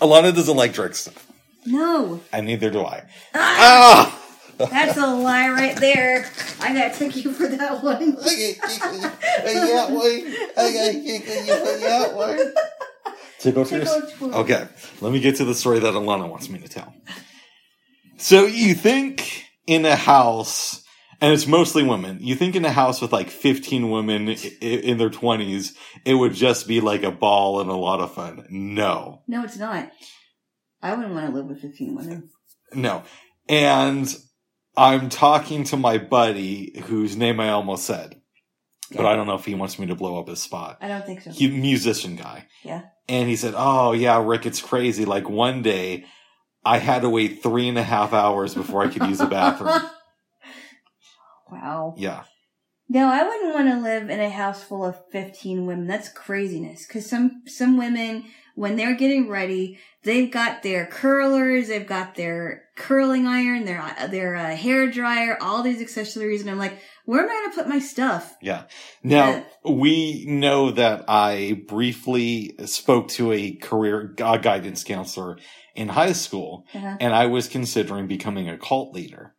Alana doesn't like drug stuff, No. and neither do I. Ah! Ah! That's a lie right there. I gotta take you for that one. Tickle twist. Okay, let me get to the story that Alana wants me to tell. So you think in a house, and it's mostly women. You think in a house with like 15 women i- i- in their 20s, it would just be like a ball and a lot of fun. No. No, it's not. I wouldn't want to live with 15 women. No. And I'm talking to my buddy whose name I almost said, but I don't know if he wants me to blow up his spot. I don't think so. He musician guy. Yeah. And he said, Oh yeah, Rick, it's crazy. Like one day I had to wait three and a half hours before I could use the bathroom. wow. Yeah. No, I wouldn't want to live in a house full of 15 women. That's craziness. Cause some, some women, when they're getting ready, they've got their curlers, they've got their curling iron, their, their uh, hair dryer, all these accessories. And I'm like, where am I going to put my stuff? Uh, Now we know that I briefly spoke to a career a guidance counselor in high school Uh-huh. and I was considering becoming a cult leader.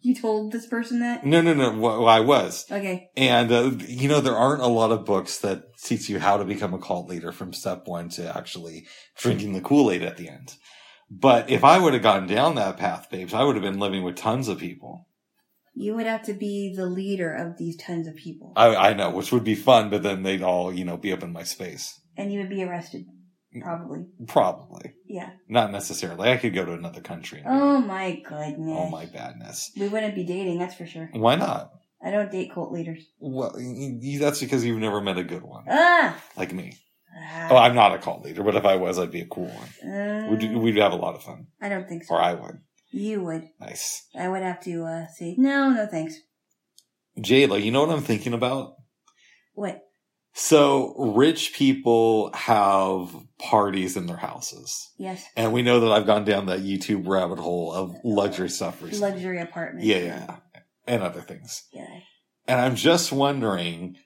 You told this person that? No, no, no. Well, I was. Okay. And, uh, you know, there aren't a lot of books that teach you how to become a cult leader from step one to actually drinking the Kool Aid at the end. But if I would have gone down that path, babes, I would have been living with tons of people. You would have to be the leader of these tons of people. I, I know, which would be fun, but then they'd all, you know, be up in my space. and you would be arrested. mm. Probably. Probably. Yeah. Not necessarily. I could go to another country. and Oh my goodness. Oh my badness. We wouldn't be dating, that's for sure. Why not? I don't date cult leaders. Well, y- y- that's because you've never met a good one Ah! like me. Ah. Oh, I'm not a cult leader, but if I was, I'd be a cool one. Uh, We'd, we'd have a lot of fun, I don't think so. or I would. You would. Nice, I would have to uh, say, no, no thanks. Jayla. You know what I'm thinking about? What? So rich people have parties in their houses, Yes. and we know that I've gone down that YouTube rabbit hole of luxury stuff recently. Luxury apartment. Yeah, yeah, and other things. Yeah. And I'm just wondering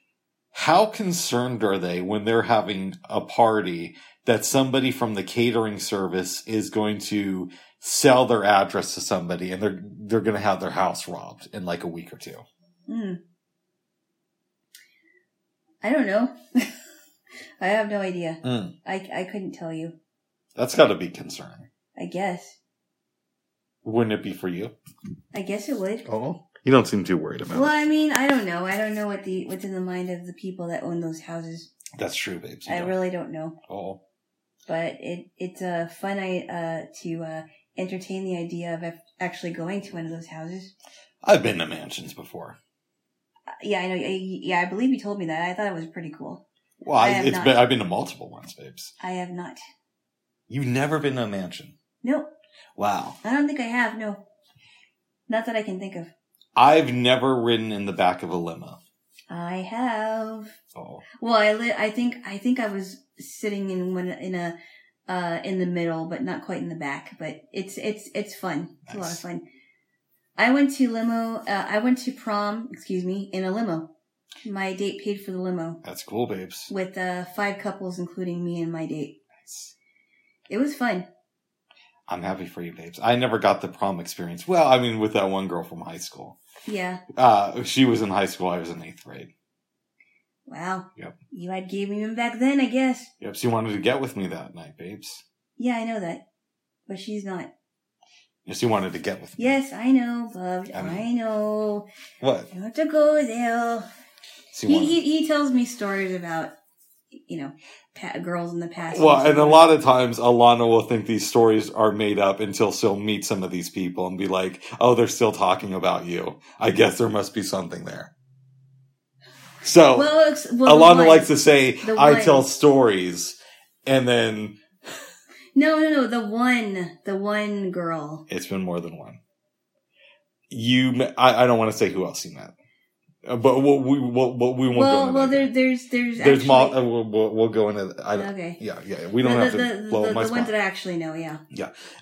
how concerned are they when they're having a party that somebody from the catering service is going to sell their address to somebody and they're they're going to have their house robbed in like a week or two. Hmm. I don't know. I have no idea. Mm. I, I couldn't tell you. That's got to be concern. I guess. Wouldn't it be for you? I guess it would. Oh. You don't seem too worried about Well, I mean, I don't know. I don't know what the what's in the mind of the people that own those houses. it. That's true, babes. I really don't know. oh. But it it's a fun I uh to uh entertain the idea of ac- actually going to one of those houses. I've been to mansions before. Uh, yeah, I know. I, yeah, I believe you told me that. I thought it was pretty cool. Well, I I have it's not. been, I've been to multiple ones, babes. I have not. You've never been to a mansion. No, Wow. I don't think I have. No, not that I can think of. I've never ridden in the back of a limo. I have. Oh. Well, I li- I think I think I was sitting in one in a uh in the middle, but not quite in the back. But it's it's it's fun. It's a lot of Nice. fun. I went to limo. Uh, I went to prom. Excuse me, in a limo. My date paid for the limo That's cool, babes. with uh, five couples, including me and my date. It was fun. I'm happy for you, babes. I never got the prom experience. Well, I mean, with that one girl from high school. Yeah. Uh, she was in high school. I was in eighth grade. Wow. Yep. You had gave me him back then, I guess. Yep. She wanted to get with me that night, babes. Yeah, I know that. But she's not. Yes, She wanted to get with me. Yes, I know, Bub. I mean- I know. What? You have to go there. She he, wanted. he he tells me stories about you know pa- girls in the past. well, and a lot of times Alana will think these stories are made up until she'll meet some of these people and be like, "Oh, they're still talking about you. I guess there must be something there." So well, ex- well, the Alana one- likes to say, The "I one. tell stories," and then no, no, no. The one, the one girl. It's been more than one. You, me- I, I don't want to say who else you met, Uh, but we'll, we we'll, we'll, we won't go Well, into well, that. there, there's, there's, there's actually, mul- uh, we'll, we'll, we'll go into. I don't, okay. yeah, yeah. We don't the, have the, to the, blow the, my the ones spot. that I actually know, yeah.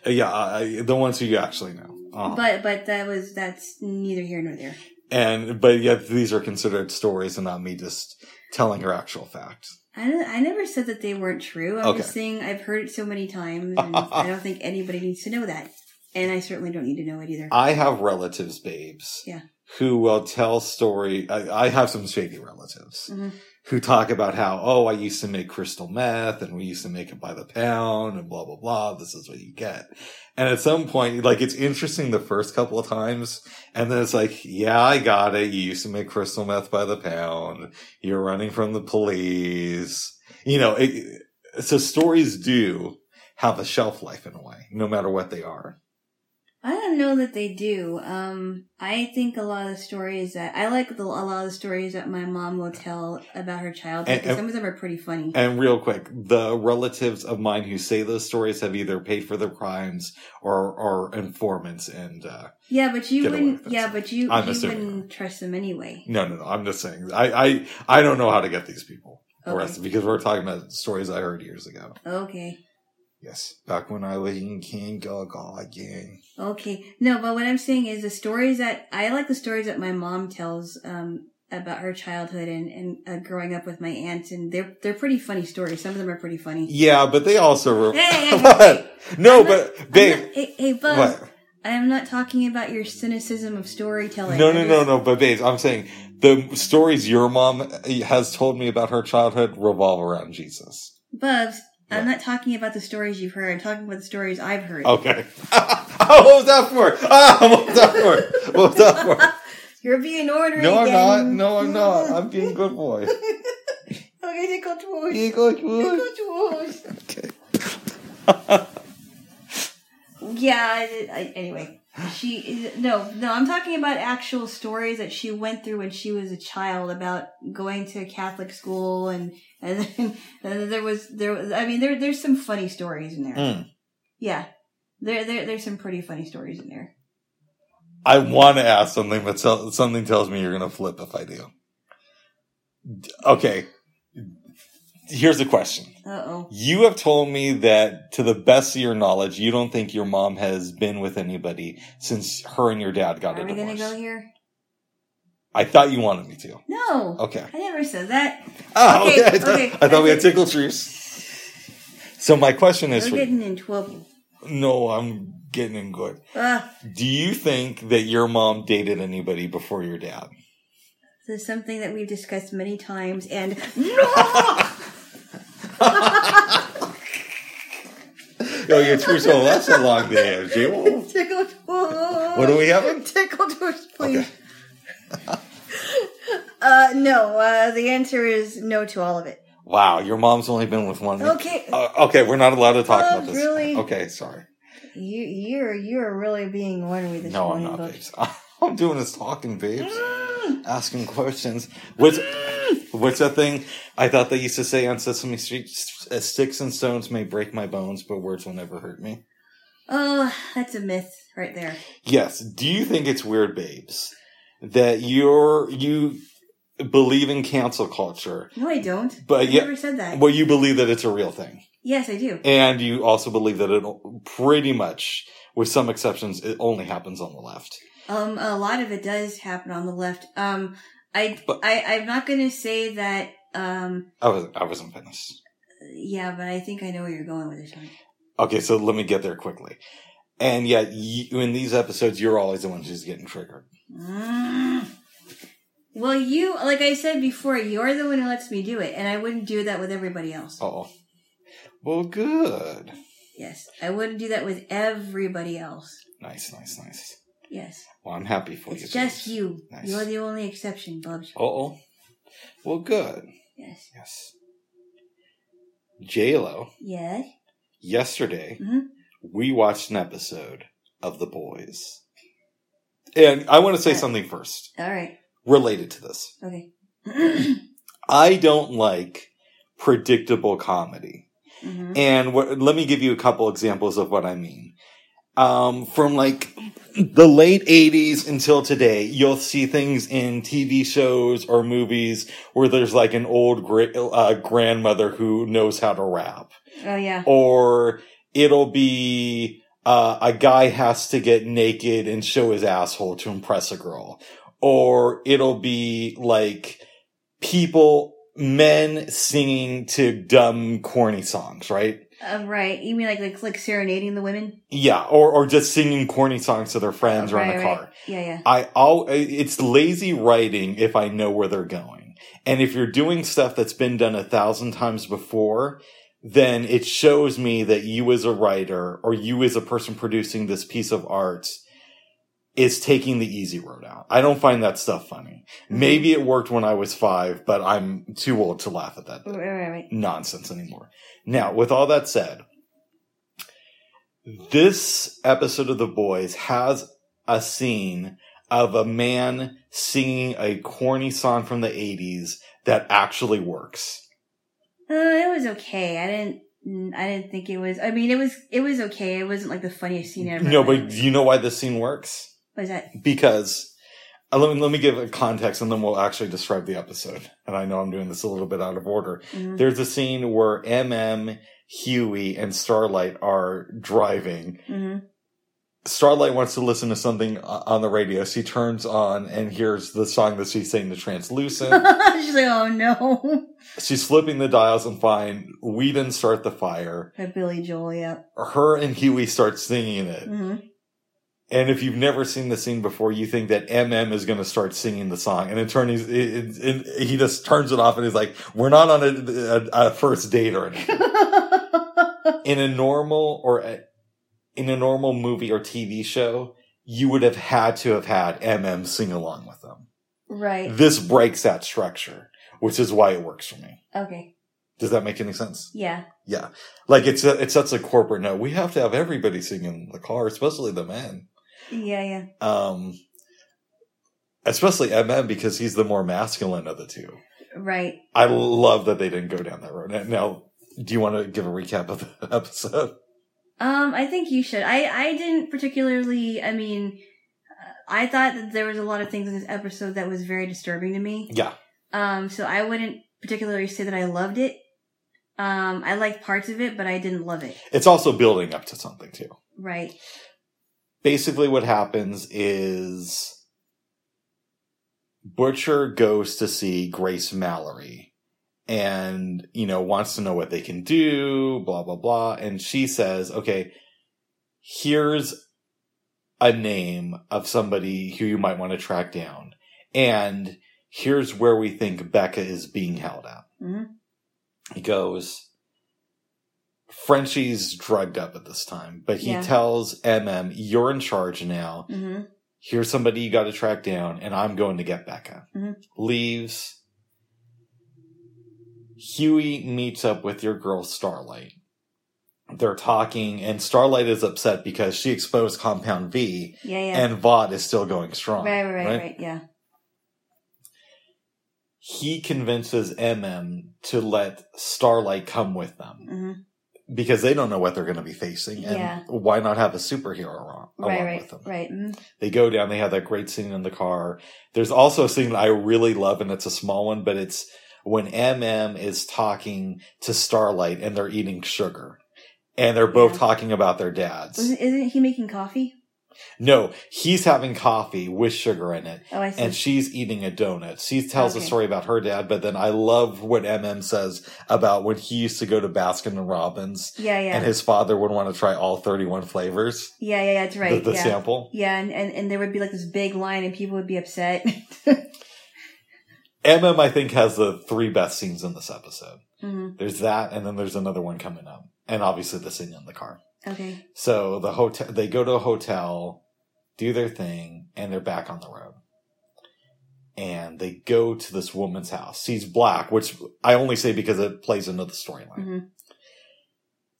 Uh, yeah, I, I- the ones who you actually know. Uh-huh. But but that was that's neither here nor there. and but yet these are considered stories, and not me just telling her actual fact. I don't, I never said that they weren't true. I'm Okay. just saying I've heard it so many times, and I don't think anybody needs to know that, and I certainly don't need to know it either. I have relatives, babes. Yeah. Who will tell story? I, I have some shady relatives Mhm. who talk about how, oh, I used to make crystal meth and we used to make it by the pound and blah, blah, blah. This is what you get. And at some point, like it's interesting the first couple of times. And then it's like, yeah, I got it. You used to make crystal meth by the pound. You're running from the police. You know, it, so stories do have a shelf life in a way, no matter what they are. I don't know that they do. Um, I think a lot of the stories that I like the, a lot of the stories that my mom will tell about her childhood. And- 'cause some of them are pretty funny. And real quick, the relatives of mine who say those stories have either paid for their crimes or are informants. And uh, yeah, but you Get away wouldn't. with it. Yeah, but you I'm you assuming. wouldn't trust them anyway. no, no, no. I'm just saying. I, I, I don't know how to get these people Okay. arrested because we're talking about stories I heard years ago. okay. Yes, back when I was in King Gaga again. Okay. No, but what I'm saying is the stories that I like the stories that my mom tells um, about her childhood and and uh, growing up with my aunts, and they're they're pretty funny stories. Some of them are pretty funny. Yeah, but they also. Re- Hey, hey, hey, What? No, I'm not- but babe. I'm not- hey, hey, Buzz. What? I'm not talking about your cynicism of storytelling. No, I'm no, just- no, no. But babes, I'm saying the stories your mom has told me about her childhood revolve around Jesus. Bubs, I'm not talking about the stories you've heard. I'm talking about the stories I've heard. Okay. oh, what was that for? Ah, what was that for? What was that for? You're being ordered. No, I'm again. not. No, I'm not. I'm being good boy. Okay, they got whoosh. Being good They boy. got whoosh. Okay. Yeah. I, I, anyway, she no no. I'm talking about actual stories that she went through when she was a child about going to Catholic school and and then, and then there was there. was- I mean, there there's some funny stories in there. Hmm. Yeah, there, there there's some pretty funny stories in there. I want to ask something, but so, something tells me you're going to flip if I do. D- Okay. Here's a question. Uh oh. You have told me that, to the best of your knowledge, you don't think your mom has been with anybody since her and your dad got Are a we gonna divorce. go here? I thought you wanted me to. No. Okay. I never said that. Oh, okay. Okay, I, thought, okay. I thought we had tickle truce. So my question is We're for you. getting in trouble. Ah, No, I'm getting in good. Ugh, Do you think that your mom dated anybody before your dad? this is something that we've discussed many times, and no. Oh, your truce won't last so long, there, Jay. Tickled. What do we having? Tickled, please. Okay. Uh, no. Uh, the answer is no to all of it. Wow, your mom's only been with one. Okay. Uh, okay, we're not allowed to talk Oh, about this. really? Okay, sorry. You, you're, you're really being ornery this No, I'm morning. not, folks. babes. I'm doing is talking, babes. Ah, Asking questions. What's what's that thing? I thought they used to say on Sesame Street: "S- "Sticks and stones may break my bones, but words will never hurt me." Oh, that's a myth right there. Yes. Do you think it's weird, babes, that you're you believe in cancel culture, No, I don't. But I yeah- never said that. but you believe that it's a real thing, Yes, I do. and you also believe that it pretty much, with some exceptions, it only happens on the left. Um, a lot of it does happen on the left. Um, I, But- I, I'm not going to say that. Um, I was I wasn't finished. yeah, but I think I know where you're going with this one. Okay, so let me get there quickly. And yet, you, in these episodes, you're always the one who's getting triggered. Mm. Well, you, like I said before, you're the one who lets me do it, and I wouldn't do that with everybody else. Oh, well, good. Yes, I wouldn't do that with everybody else. Nice, nice, nice. Yes, Well, I'm happy for you. it's just you. Nice. You're the only exception, Bubs. Oh, well, good. Yes, Yes. J Lo. yes. Yesterday, Mhm. we watched an episode of The Boys, and I want to say Okay. something first All right. related to this. Okay. Mm-hmm. I don't like predictable comedy. Mhm. And what, let me give you a couple examples of what I mean. Um, from like the late 80s until today, you'll see things in TV shows or movies where there's like an old gra- uh, grandmother who knows how to rap. Oh yeah. Or it'll be uh, a guy has to get naked and show his asshole to impress a girl. Or it'll be like people, men singing to dumb, corny songs, right? Uh, right. You mean like like like serenading the women? Yeah, or or just singing corny songs to their friends or in the Right, car. right. Yeah, yeah. I all it's lazy writing if I know where they're going. And if you're doing stuff that's been done a thousand times before, then it shows me that you as a writer or you as a person producing this piece of art is taking the easy road out. I don't find that stuff funny. Maybe it worked when I was five, but I'm too old to laugh at that Right, right, right. nonsense anymore. Now, with all that said, this episode of The Boys has a scene of a man singing a corny song from the 80s that actually works. Uh, it was okay. I didn't. mm, I didn't think it was. I mean, it was. It was okay. It wasn't like the funniest scene ever. No, but you know why this scene works? was that? Because uh, let me, let me give a context and then we'll actually describe the episode. And I know I'm doing this a little bit out of order. mhm. There's a scene where MM, Huey, and Starlight are driving Mhm. Starlight wants to listen to something o- on the radio. She turns on and hears the song that she's saying to Translucent. She's like, oh no. she's flipping the dials and find We Didn't Start the Fire. By Billy Joel, yeah. Her and Huey start singing it. hmm And if you've never seen the scene before, you think that MM is going to start singing the song. And it turns, it, it, it, he just turns it off and he's like, we're not on a, a, a first date or anything. in a normal or a, in a normal movie or TV show, you would have had to have had MM sing along with them. right. This breaks that structure, which is why it works for me. Okay. Does that make any sense? Yeah. Like it's a, it's such a corporate no. We have to have everybody singing in the car, especially the men. Yeah. Yeah. Um, especially MM because he's the more masculine of the two. Right. I love that they didn't go down that road. Now- Now, do you want to give a recap of the episode? Um, I think you should. I I didn't particularly. I mean, uh, I thought that there was a lot of things in this episode that was very disturbing to me. Yeah. Um, so I wouldn't particularly say that I loved it. Um, I liked parts of it, but I didn't love it. It's also building up to something too. Right. basically what happens is Butcher goes to see Grace Mallory and, you know, wants to know what they can do, blah, blah, blah. And she says, okay, here's a name of somebody who you might want to track down. And here's where we think Becca is being held at. Mhm. He goes, Frenchie's drugged up at this time, but he Yeah. tells MM, you're in charge now. hmm Here's somebody you got to track down, and I'm going to get Becca. Mhm. Leaves. Huey meets up with your girl Starlight. They're talking, and Starlight is upset because she exposed Compound V, Yeah. Yeah. and Vod is still going strong. right, right. Right. Right. Yeah. He convinces MM to let Starlight come with them hmm because they don't know what they're going to be facing, and Yeah. why not have a superhero along, along Right. Right. with them? Right. mhm. they go down they have that great scene in the car there's also a scene that i really love and it's a small one but it's when mm is talking to starlight and they're eating sugar and they're both Yeah. Mm-hmm. talking about their dads Wasn't, isn't he making coffee? no he's having coffee with sugar in it Oh, I see. and she's eating a donut she tells a Okay. story about her dad but then i love what mm says about when he used to go to baskin and robbins yeah. Yeah. and his father would want to try all 31 flavors yeah. Yeah. Yeah. That's the- right. the yeah. sample Yeah, and, and, and there would be like this big line and people would be upset. MM, I think, has the three best scenes in this episode. hmm There's that, and then there's another one coming up, and obviously the scene in the car. Okay. So the hotel, they go to a hotel, do their thing, and they're back on the road. And they go to this woman's house. She's black, which I only say because it plays into the storyline. Mhm.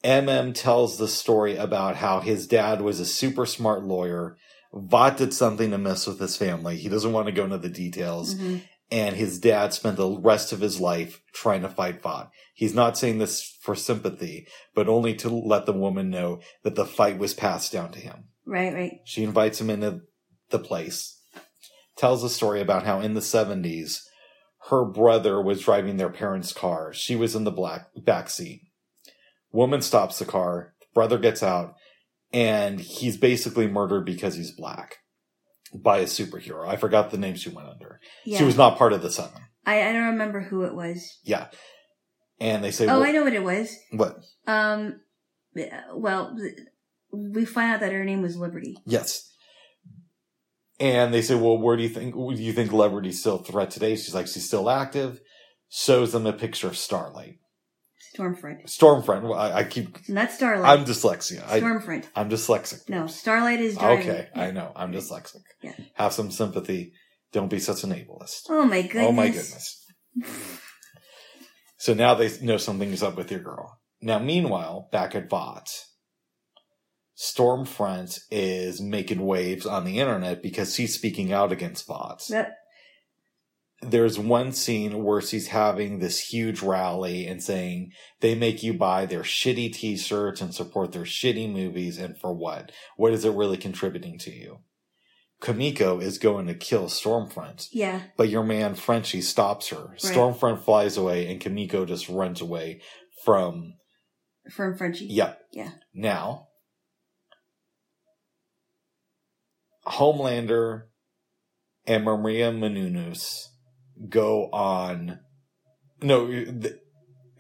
MM tells the story about how his dad was a super smart lawyer. Vought did something to mess with his family. He doesn't want to go into the details Mhm. and his dad spent the rest of his life trying to fight Vought. He's not saying this for sympathy, but only to let the woman know that the fight was passed down to him. Right, right. She invites him into the place, tells a story about how in the 70s, her brother was driving their parents' car. She was in the black back seat. Woman stops the car, brother gets out, and he's basically murdered because he's black by a superhero. I forgot the name she went under. Yeah. She was not part of the seven. I, I don't remember who it was. and they say, oh, well, I know what it was. what? Um, well, we find out that her name was Liberty. Yes. And they say, well, where do you think do you think Liberty's still a threat today? She's like, she's still active. Shows them a picture of Starlight, Stormfront. Stormfront. Well, I, I keep, Not Starlight. I'm dyslexia. I, Stormfront. I'm dyslexic. No, Starlight is driving. Okay, I know. I'm dyslexic. Yeah. Have some sympathy. Don't be such an ableist. Oh my goodness. Oh my goodness. so now they know something's up with your girl. Now, meanwhile, back at Vought, Stormfront is making waves on the internet because she's speaking out against Vought. That- There's one scene where she's having this huge rally and saying they make you buy their shitty t shirts and support their shitty movies, and for what? What is it really contributing to you? Kamiko is going to kill Stormfront yeah. but your man Frenchie stops her. Stormfront flies away, and Kamiko just runs away from. From Frenchie. Yep. Yeah. Now, Homelander and Maria Menounos go on. No, th-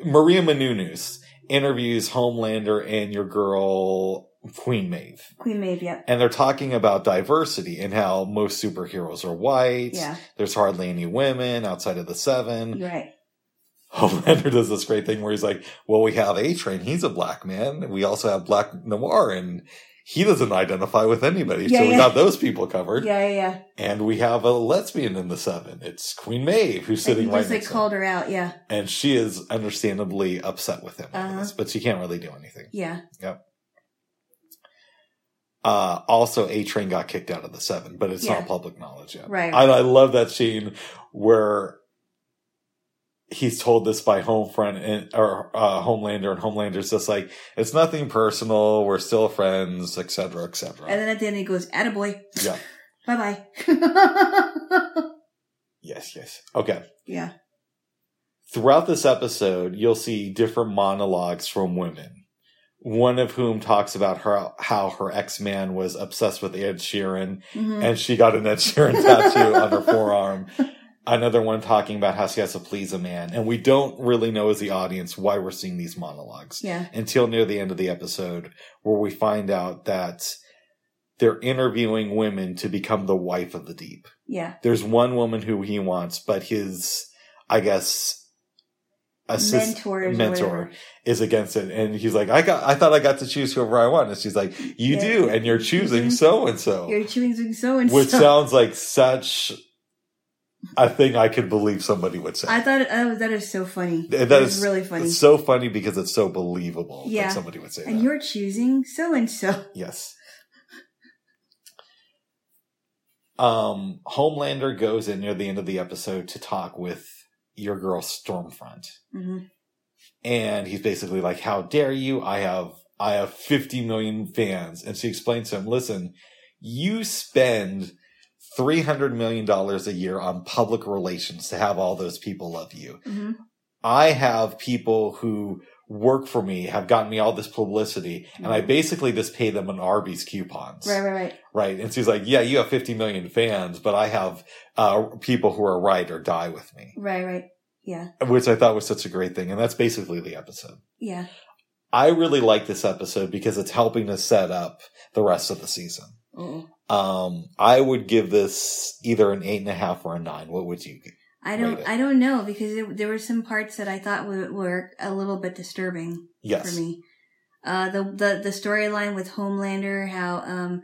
Maria Menounos interviews Homelander and your girl Queen Maeve, Queen Maeve. Yep. and they're talking about diversity and how most superheroes are white Yeah. there's hardly any women outside of the seven. You're right. Homelander does this great thing where he's like, well, we have A Train. He's a black man. We also have Black Noir and he doesn't identify with anybody. Yeah, so we yeah. got those people covered. Yeah, yeah, yeah. And we have a lesbian in the seven. It's Queen Maeve who's I sitting think right Lisa next to him. called her out. Yeah, And she is understandably upset with him, over Uh-huh. this, but she can't really do anything. yeah. Uh, also, A Train got kicked out of the seven, but it's Yeah. not public knowledge yet. Right. And I love that scene where he's told this by home friend and or uh, Homelander, and Homelander's just like, "It's nothing personal. We're still friends, etc., etc." And then at the end he goes, "Attaboy." Yeah. Bye bye. yes, yes. Okay. yeah. Throughout this episode, you'll see different monologues from women. One of whom talks about her how her ex man was obsessed with Ed Sheeran Mhm. and she got an Ed Sheeran tattoo on her forearm. Another one talking about how she has to please a man, and we don't really know as the audience why we're seeing these monologues yeah. until near the end of the episode, where we find out that they're interviewing women to become the wife of the deep. Yeah. There's one woman who he wants, but his, I guess, assist Mentors. or mentor. whatever. is against it, and he's like, "I got, I thought I got to choose whoever I want," and she's like, "You Yeah. do, and you're choosing Mhm. so and so." You're chewing so and which so. sounds like such a thing I could believe somebody would say. I thought it- oh, that is so funny. Th- that That is is- really funny. It's so funny because it's so believable Yeah. that somebody would say and that. you're choosing so and so. yes. Um, Homelander goes in near the end of the episode to talk with your girl Stormfront, Mhm. and he's basically like, "How dare you? I have I have 50 million fans." And she explains to him, "Listen, you spend 300 million dollars a year on public relations to have all those people love you. Mhm. I have people who work for me have gotten me all this publicity, and I basically just pay them an Arby's coupons, Right, right, right. right?" And she's like, "Yeah, you have 50 million fans, but I have uh, people who are ride or die with me," Right, right. Yeah. which I thought was such a great thing, and that's basically the episode. Yeah. I really like this episode because it's helping to set up the rest of the season. Oh. Um, I would give this either an eight and a half or a nine. What would you? give? I don't. Rate it. I don't know because it, there were some parts that I thought were, were a little bit disturbing. Yes, for me. Uh, the the the storyline with Homelander, how um,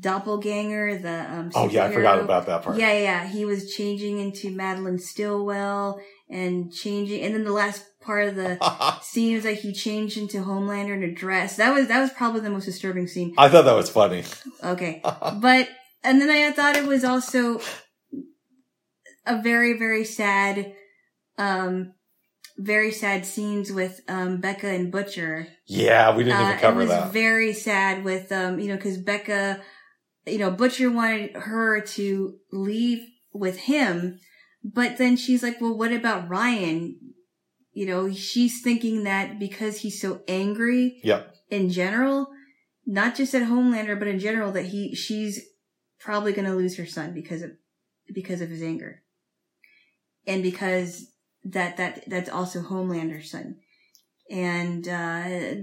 Doppelganger, the um, Oh yeah, I superhero- forgot about that part. Yeah, yeah, yeah, he was changing into Madeline Stillwell and changing, and then the last part of the scene was like he changed into Homelander in a dress. That was that was probably the most disturbing scene. I thought that was funny. Okay, but and then I thought it was also a very very sad, um, very sad scenes with um Becca and Butcher yeah, we didn't even uh, cover it was that. very sad with um you know because becca you know butcher wanted her to leave with him but then she's like well what about ryan you know she's thinking that because he's so angry Yep. in general not just at homelander but in general that he she's probably going to lose her son because of because of his anger and because that that that's also homelander's son and uh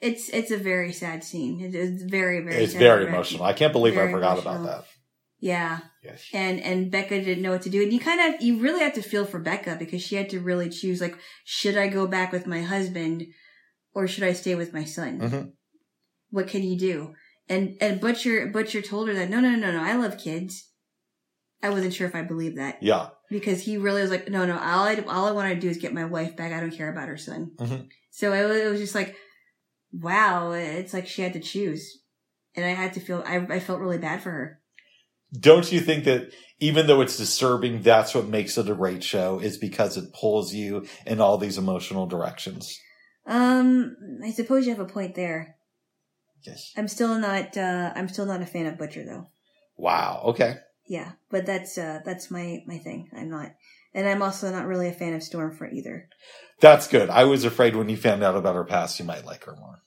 it's it's a very sad scene It- it's very very it's sad. very emotional. I can't believe I Very forgot about emotional. that. yeah Yes. and and becca didn't know what to do and you kind of you really have to feel for becca because she had to really choose like should i go back with my husband or should i stay with my son Mhm. what can you do and and butcher butcher told her that no no no no i love kids i wasn't sure if i believed that Yeah, because he really was like, no, no, all I, all I want to do is get my wife back. I don't care about her son. Mhm. So it was, it was just like, wow, it's like she had to choose. And I had to feel, I, I felt really bad for her. don't you think that even though it's disturbing, that's what makes it a great show is because it pulls you in all these emotional directions. Um, I suppose you have a point there. Yes. I'm still not, uh, I'm still not a fan of Butcher though. Wow. Okay. Yeah, but that's, uh, that's my, my thing. I'm not, and I'm also not really a fan of Stormfront either. That's good. I was afraid when you found out about her past, you might like her more.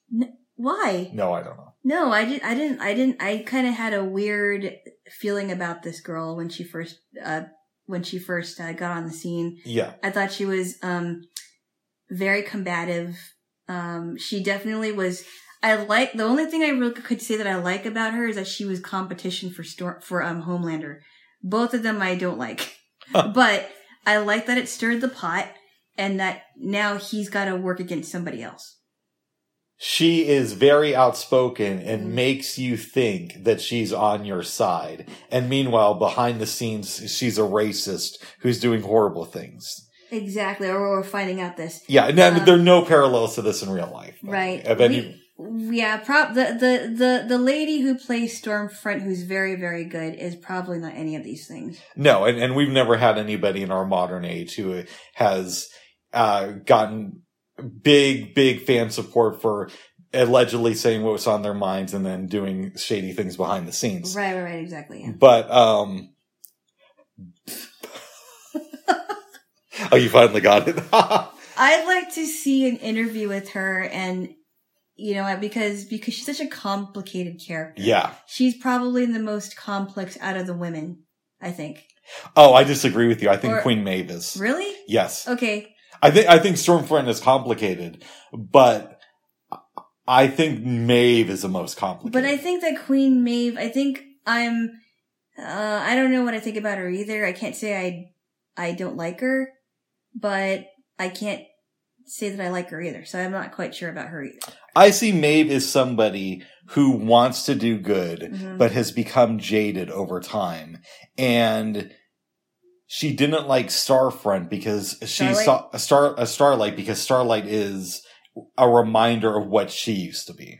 Why? No, I don't know. No, I didn't. I didn't. I didn't. I kind of had a weird feeling about this girl when she first, uh, when she first uh, got on the scene. Yeah. I thought she was um, very combative. Um, she definitely was. I like the only thing I really could say that I like about her is that she was competition for Storm for um Homelander. Both of them I don't like, but I like that it stirred the pot. and that now he's got to work against somebody else. She is very outspoken and Mhm. makes you think that she's on your side. And meanwhile, behind the scenes, she's a racist who's doing horrible things. Exactly. Or we're finding out this. Yeah, and I mean, Um, there are no parallels to this in real life. by the Right. way, Of any, We- yeah, prob the, the the the lady who plays Stormfront, who's very very good, is probably not any of these things. No, and, and we've never had anybody in our modern age who has uh, gotten big, big fan support for allegedly saying what was on their minds and then doing shady things behind the scenes. Right, right, right, exactly. Yeah. But um Oh, you finally got it. I'd like to see an interview with her, and you know, because because she's such a complicated character. yeah. She's probably the most complex out of the women. I think. Oh, I disagree with you. I think Or- Queen Maeve is. Really? Yes. Okay. I think I think Stormfront is complicated, but I think Maeve is the most complicated. But I think that Queen Maeve, I think I'm, uh, I don't know what I think about her either. I can't say I, I don't like her, but I can't say that I like her either. So I'm not quite sure about her either. I see Maeve as somebody who wants to do good, Mhm. but has become jaded over time. And she didn't like Starfront because she Starlight? saw a star, a Starlight because Starlight is a reminder of what she used to be.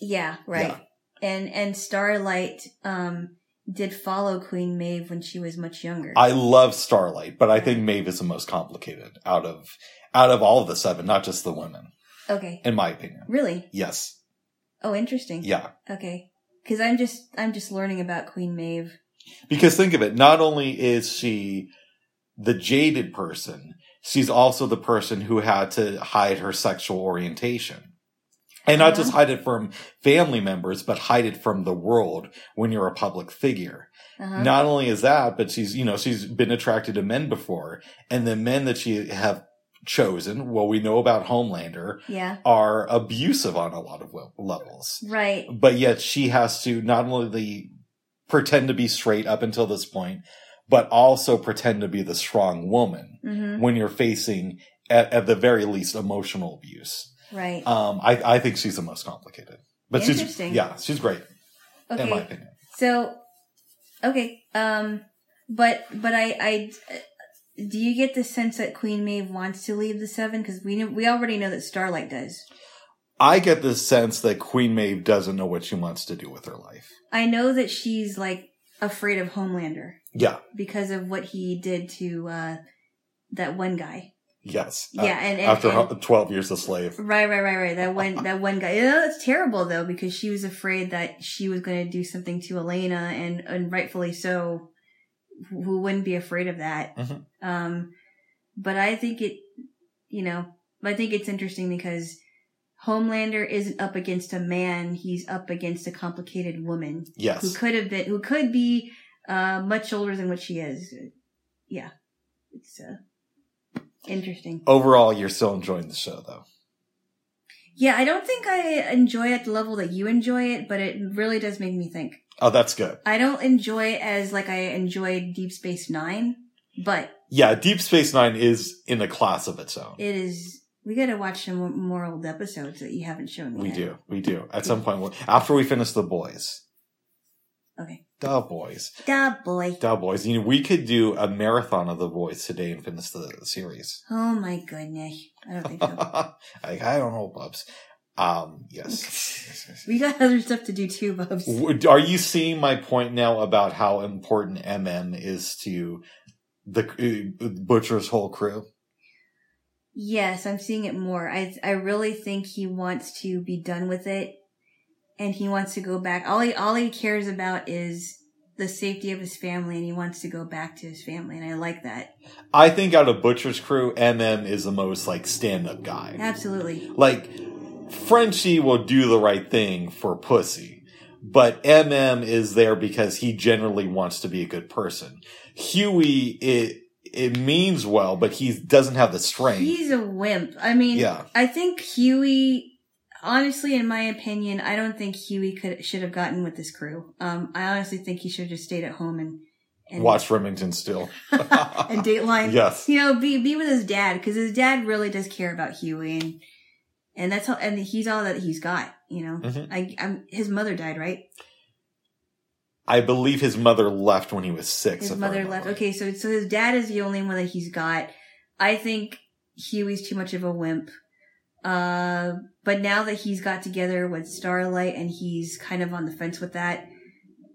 yeah, right. And, and Starlight, um, did follow Queen Maeve when she was much younger. I love Starlight, but I think Maeve is the most complicated out of, out of all of the seven, not just the women, okay. in my opinion. Really? Yes. Oh, interesting. Yeah. Okay. Cause I'm just, I'm just learning about Queen Maeve. Because think of it, not only is she the jaded person, she's also the person who had to hide her sexual orientation. And not just hide it from family members, but hide it from the world when you're a public figure. Uh-huh. Not only is that, but she's, you know, she's been attracted to men before. And the men that she have chosen, well, we know about Homelander, Yeah. are abusive on a lot of le- levels Right. but yet she has to not only pretend to be straight up until this point, but also pretend to be the strong woman hmm when you're facing, at, at the very least, emotional abuse. Right. Um, I, I think she's the most complicated, but she's Interesting. yeah, she's great okay. in my opinion. So, okay, um, but but I I do you get the sense that Queen Maeve wants to leave the Seven because we know, we already know that Starlight does. I get the sense that Queen Maeve doesn't know what she wants to do with her life. I know that she's like afraid of Homelander Yeah. because of what he did to uh that one guy. Yes. Uh, yeah, and, and after and- ho- twelve years a slave. Right, right, right, right. That one, that one guy. You know, that's terrible though, because she was afraid that she was going to do something to Elena, and and rightfully so. Who who wouldn't be afraid of that? Mhm. Um, but I think it, you know, I think it's interesting because Homelander isn't up against a man; he's up against a complicated woman who Yes. could have been, who could be, uh, much older than what she is. Yeah, it's uh, interesting. Overall, you're still enjoying the show though. Yeah, I don't think I enjoy it at the level that you enjoy it, but it really does make me think. Oh, that's good. I don't enjoy it as like I enjoyed Deep Space Nine, but Yeah, Deep Space Nine is in a class of its own. it is. We got to watch some more old episodes that you haven't shown me. We yet. do. We do. At some point, we'll- after we finish the boys, Okay. the boys, Da boy. the boys, you know, we could do a marathon of the boys today and finish the series. Oh my goodness. I don't think so. I, I don't know, Bubs. Um, yes. we got other stuff to do too, Bubs. W- Are you seeing my point now about how important MM is to the uh, Butcher's whole crew? Yes, I'm seeing it more. I I really think he wants to be done with it, and he wants to go back. All he all he cares about is the safety of his family, and he wants to go back to his family. And I like that I think out of Butcher's crew, MM is the most like stand-up guy. absolutely. Like, Frenchie will do the right thing for pussy, but MM is there because he generally wants to be a good person. Huey, it, it means well, but he doesn't have the strength. He's a wimp. I mean, yeah. I think Huey. Honestly, in my opinion, I don't think Huey could should have gotten with this crew. Um, I honestly think he should have just stayed at home and And- Watch Remington Steele. and Dateline. Yes. You know, be be with his dad because his dad really does care about Huey, and and that's all. And he's all that he's got. You know, Mhm. I, I'm, his mother died, right? I believe his mother left when he was six. His if I mother remember left. right. Okay, so so his dad is the only one that he's got. I think Huey's too much of a wimp. Uh, but now that he's got together with Starlight and he's kind of on the fence with that,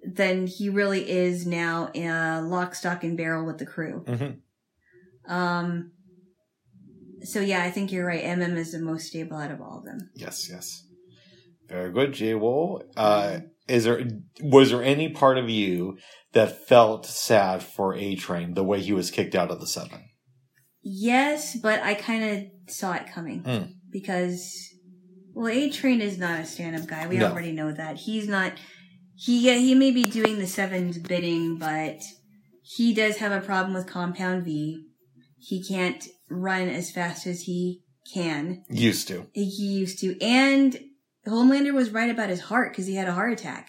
then he really is now uh, lock, stock, and barrel with the crew. Mhm. Um. So yeah, I think you're right. MM is the most stable out of all of them. Yes, yes. Very good, J. Wool. Uh, is there was there any part of you that felt sad for A Train the way he was kicked out of the seven? Yes, but I kind of saw it coming Hmm. because, well, A Train is not a stand-up guy. We No. already know that he's not. He yeah, he may be doing the Seven's bidding, but he does have a problem with Compound V. He can't run as fast as he can. Used to. He used to, and Homelander was right about his heart because he had a heart attack.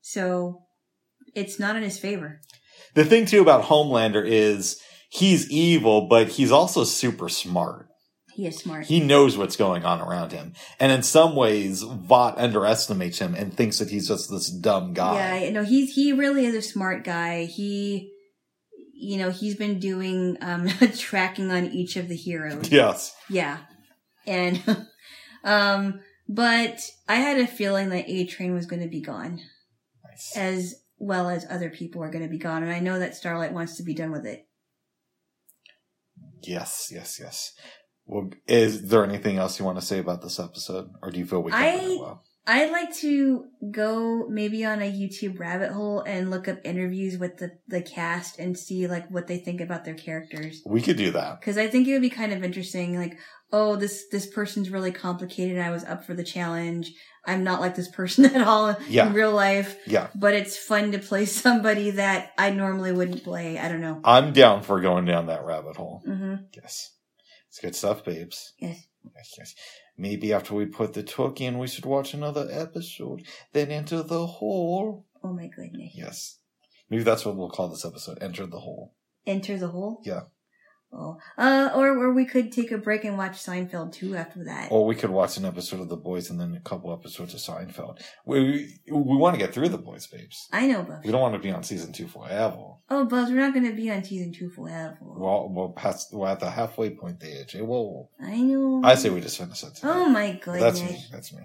So it's not in his favor. The thing too about Homelander is he's evil, but he's also super smart. He is smart. He knows what's going on around him, and in some ways, Vought underestimates him and thinks that he's just this dumb guy. Yeah, no, he's he really is a smart guy. He, you know, he's been doing um tracking on each of the heroes. Yes. Yeah, and um, but I had a feeling that A Train was going to be gone, Nice. as well as other people are going to be gone, and I know that Starlight wants to be done with it. Yes, yes, yes. Well, is there anything else you want to say about this episode, or do you feel we covered I- it well? I'd like to go maybe on a YouTube rabbit hole and look up interviews with the the cast and see like what they think about their characters. We could do that. because I think it would be kind of interesting. Like, oh, this this person's really complicated. I was up for the challenge. I'm not like this person at all Yeah. in real life. Yeah. But it's fun to play somebody that I normally wouldn't play. I don't know. I'm down for going down that rabbit hole. hmm Yes. It's good stuff, babes. Yes. Yes, yes. Maybe after we put the talk in, we should watch another episode, then enter the hole. Oh my goodness. Yes. Maybe that's what we'll call this episode, Enter the Hole. Enter the hole. Yeah. Oh. Uh, or or we could take a break and watch Seinfeld too after that. Or we could watch an episode of The Boys and then a couple episodes of Seinfeld. We, we, we want to get through The Boys, babes. I know, Bubs. We don't want to be on season two forever. Oh, Bubs, we're not going to be on season two forever. We're, all, we're, past, we're at the halfway point there, Jay. Whoa. I know. I say we just finish it. today. Mm. Oh my But goodness. That's me. That's me.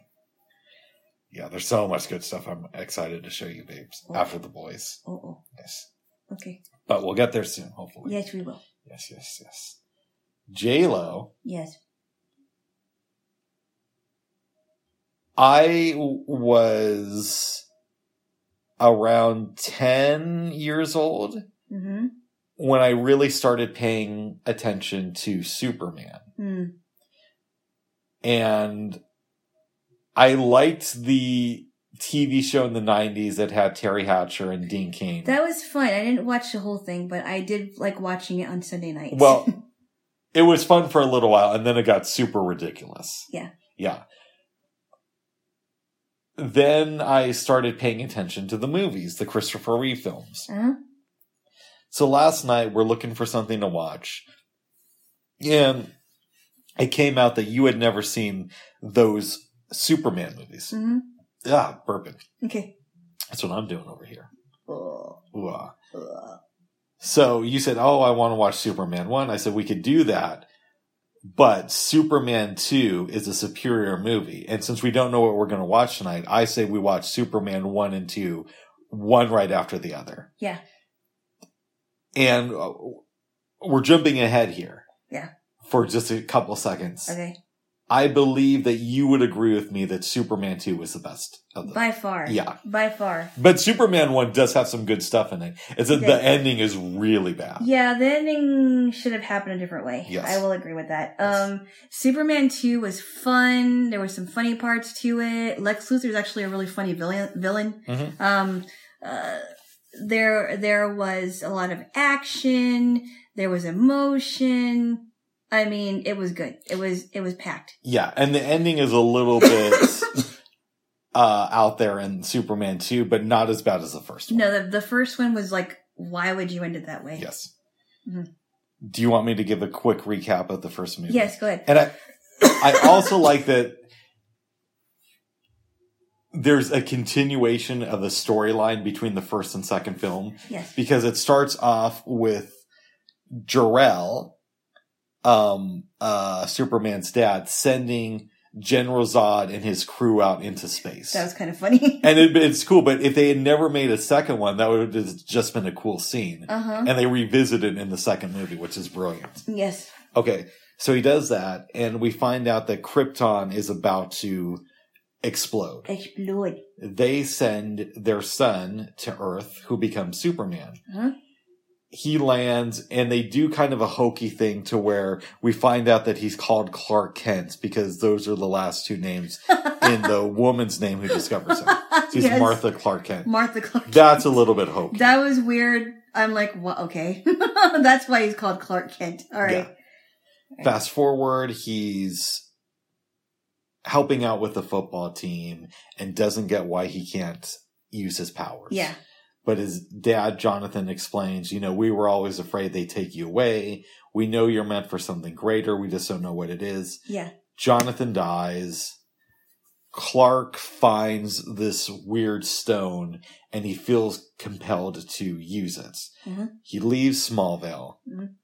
Yeah, there's so much good stuff I'm excited to show you, babes, Oh. after the boys. Oh, Yes. oh. Okay. But we'll get there soon, hopefully. Yes, we will. Yes, yes, yes. J-Lo, Yes. I w- was around 10 years old Mm-hmm. when I really started paying attention to Superman. Hmm. and I liked the TV show in the '90s that had Terry Hatcher and Dean Kane. That was fun. I didn't watch the whole thing, but I did like watching it on Sunday nights. Well, it was fun for a little while, and then it got super ridiculous. Yeah. yeah. Then I started paying attention to the movies, the Christopher Reeve films. uh-huh. So last night we're looking for something to watch. And it came out that you had never seen those Superman movies. hmm Ah, burping. okay. Oh. That's what I'm doing over here. Ugh. Ooh, ah. Ugh. So you said, Oh, I want to watch Superman 1. I said, We could do that. But Superman 2 is a superior movie. And since we don't know what we're going to watch tonight, I say we watch Superman 1 and 2, one right after the other. Yeah. And uh, we're jumping ahead here. Yeah. For just a couple seconds. Okay. I believe that you would agree with me that Superman 2 was the best of the. By far. yeah. By far. But Superman one does have some good stuff in it. It's that It the does. ending is really bad. Yeah, the ending should have happened a different way. Yes. I will agree with that. Yes. Um, Superman 2 was fun. There were some funny parts to it. Lex Luthor is actually a really funny villain. villain. Mhm. Um, uh, there, there was a lot of action. There was emotion. I mean, it was good. It was, it was packed. Yeah, and the ending is a little bit uh out there in Superman two, but not as bad as the first one. No, the, the first one was like why would you end it that way? Yes. Mhm. Do you want me to give a quick recap of the first movie? Yes, go ahead. And I, I also like that there's a continuation of the storyline between the first and second film yes. because it starts off with Jarrell, um, uh, Superman's dad, sending General Zod and his crew out into space. That was kind of funny. and it, it's cool, but if they had never made a second one, that would have just been a cool scene. Uh huh. And they revisit it in the second movie, which is brilliant. Yes. Okay, so he does that, and we find out that Krypton is about to explode. Explode. They send their son to Earth, who becomes Superman. Huh? He lands, and they do kind of a hokey thing to where we find out that he's called Clark Kent because those are the last two names in the woman's name who discovers him. So he's Yes. Martha Clark Kent. Martha Clark. That's a little bit hokey. That was weird. I'm like, what? Okay. That's why he's called Clark Kent. All right. Yeah. Fast forward, he's helping out with the football team and doesn't get why he can't use his powers. Yeah. But his dad, Jonathan, explains, you know, we were always afraid they take you away. We know you're meant for something greater. We just don't know what it is. Yeah. Jonathan dies. Clark finds this weird stone and he feels compelled to use it. Mhm. He leaves Smallville, Mhm.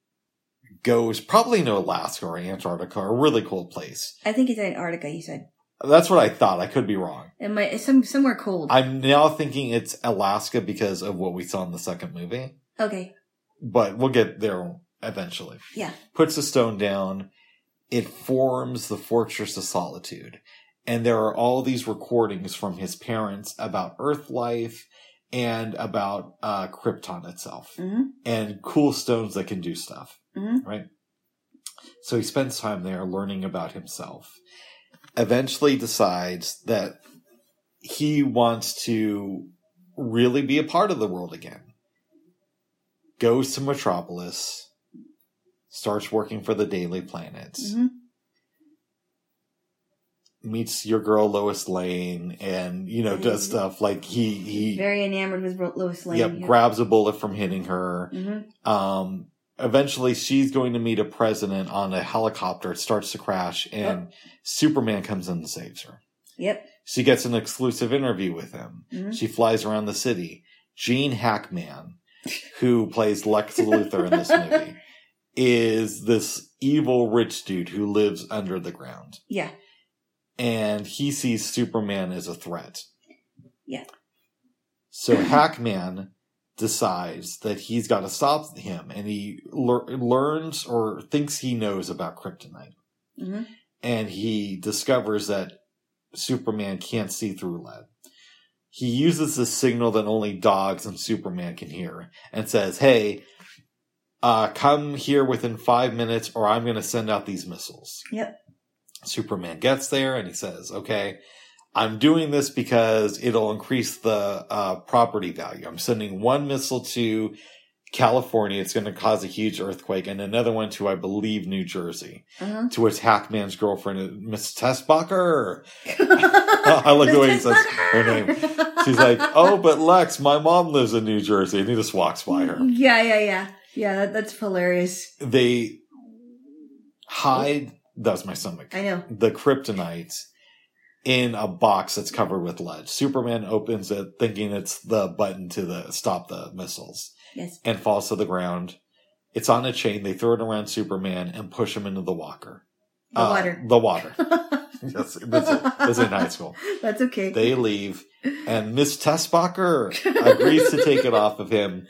goes probably to Alaska or Antarctica, a really cold place. I think it's Antarctica. You said That's what I thought. I could be wrong. it might it's some somewhere cold. I'm now thinking it's Alaska because of what we saw in the second movie. okay. but we'll get there eventually. Yeah. Puts the stone down. It forms the Fortress of Solitude. And there are all these recordings from his parents about Earth life and about uh, Krypton itself hmm and cool stones that can do stuff. Mhm. Right. So he spends time there learning about himself. Eventually decides that he wants to really be a part of the world again. Goes to Metropolis, starts working for the Daily Planet, hmm meets your girl Lois Lane, and you know does stuff like he he Very enamored with Ro- Lois Lane. yep, grabs a bullet from hitting her. hmm um eventually she's going to meet a president on a helicopter it starts to crash and superman comes in and saves her Yep. she gets an exclusive interview with him hmm she flies around the city gene hackman who plays lex luthor in this movie is this evil rich dude who lives under the ground Yeah. and he sees superman as a threat Yeah. so Hackman decides that he's got to stop him, and he lear- learns or thinks he knows about kryptonite, hmm and he discovers that Superman can't see through lead. He uses this signal that only dogs and Superman can hear, and says, "Hey." Uh, come here within five minutes, or I'm going to send out these missiles. Yep. Superman gets there and he says, "Okay, I'm doing this because it'll increase the uh, property value. I'm sending one missile to California. It's going to cause a huge earthquake, and another one to, I believe, New Jersey. Uh-huh. To which Hackman's girlfriend, is, Miss Tessbacher, I love the way he says her name. she's like, "Oh, but Lex, my mom lives in New Jersey," and he just walks by her. Yeah, yeah, yeah, yeah. That, that's hilarious. They hide. That was my stomach. I know. the kryptonite in a box that's covered with lead. Superman opens it thinking it's the button to the stop the missiles Yes. and falls to the ground. It's on a chain. They throw it around Superman and push him into the walker. The Uh, water. The water. That's, that's, it. that's in high school. That's okay. They leave and Miss Tessbacher agrees to take it off of him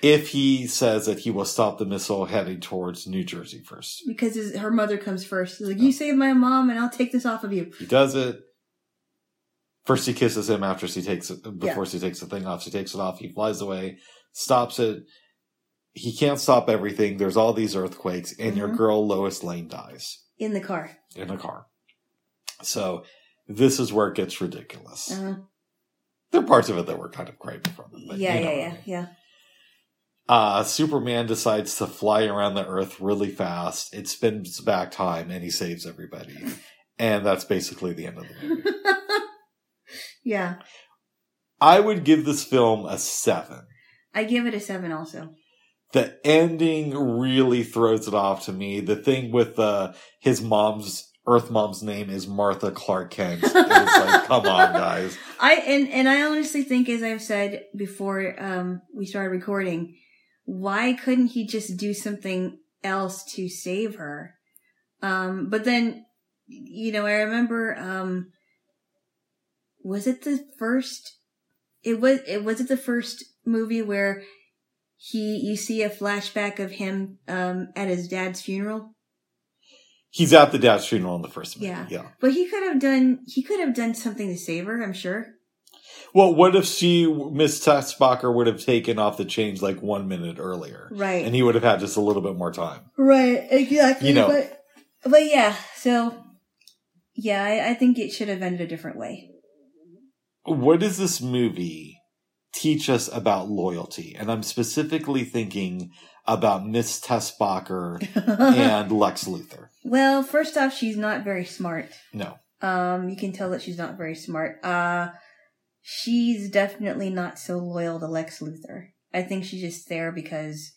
if he says that he will stop the missile heading towards New Jersey first. because his, her mother comes first. She's like, "You save my mom, and I'll take this off of you." He does it. First, she kisses him after she takes it, before she takes the thing off. She takes it off. He flies away, stops it. He can't stop everything. There's all these earthquakes, and your Mhm. girl Lois Lane dies In the car. in a car. So this is where it gets ridiculous. Uh, There are parts of it that were kind of great from it. but yeah, you know what yeah, I yeah, mean. yeah. Uh, Superman decides to fly around the Earth really fast. It spins back time, and he saves everybody. and that's basically the end of the movie. yeah. I would give this film a seven. I give it a seven also. the ending really throws it off to me. The thing with uh, his mom's Earth mom's name is Martha Clark Kent. It's like, come on, guys. I and and I honestly think, as I've said before, um, we started recording, why couldn't he just do something else to save her? Um, but then, you know, I remember, um, was it the first? It was. It was it the first movie where he you see a flashback of him um, at his dad's funeral. He's at the dad's funeral in the first movie. Yeah. yeah. But he could have done. He could have done something to save her. I'm sure. Well, what if she, Miss Tessbacher, would have taken off the change like one minute earlier? Right. And he would have had just a little bit more time. Right, exactly. You know. but, but yeah, so yeah, I, I think it should have ended a different way. What does this movie teach us about loyalty? And I'm specifically thinking about Miss Tessbacher and Lex Luthor. well, first off, she's not very smart. No. Um, you can tell that she's not very smart. Uh, she's definitely not so loyal to Lex Luthor. I think she's just there because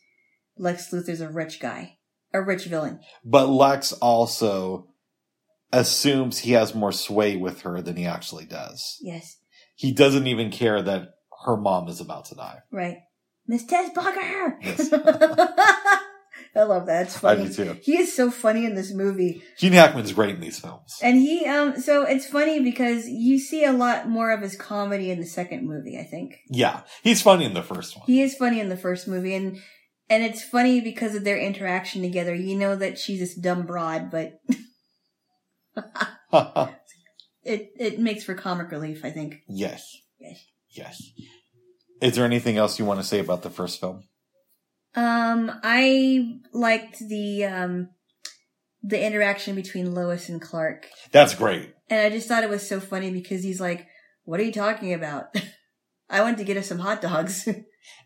Lex Luthor's a rich guy, a rich villain. But Lex also assumes he has more sway with her than he actually does. Yes, He doesn't even care that her mom is about to die. right. Miss Tess Barker! Yes. I love that. It's I funny. do too. He is so funny in this movie. Gene Hackman's great in these films. And he, um, so it's funny because you see a lot more of his comedy in the second movie, I think. Yeah, he's funny in the first one. He is funny in the first movie and, and it's funny because of their interaction together. You know that she's this dumb broad, but it, it makes for comic relief, I think. yes. Yes. Yes. Is there anything else you want to say about the first film? Um, I liked the, um, the interaction between Lois and Clark. That's great. And I just thought it was so funny because he's like, what are you talking about? I went to get us some hot dogs.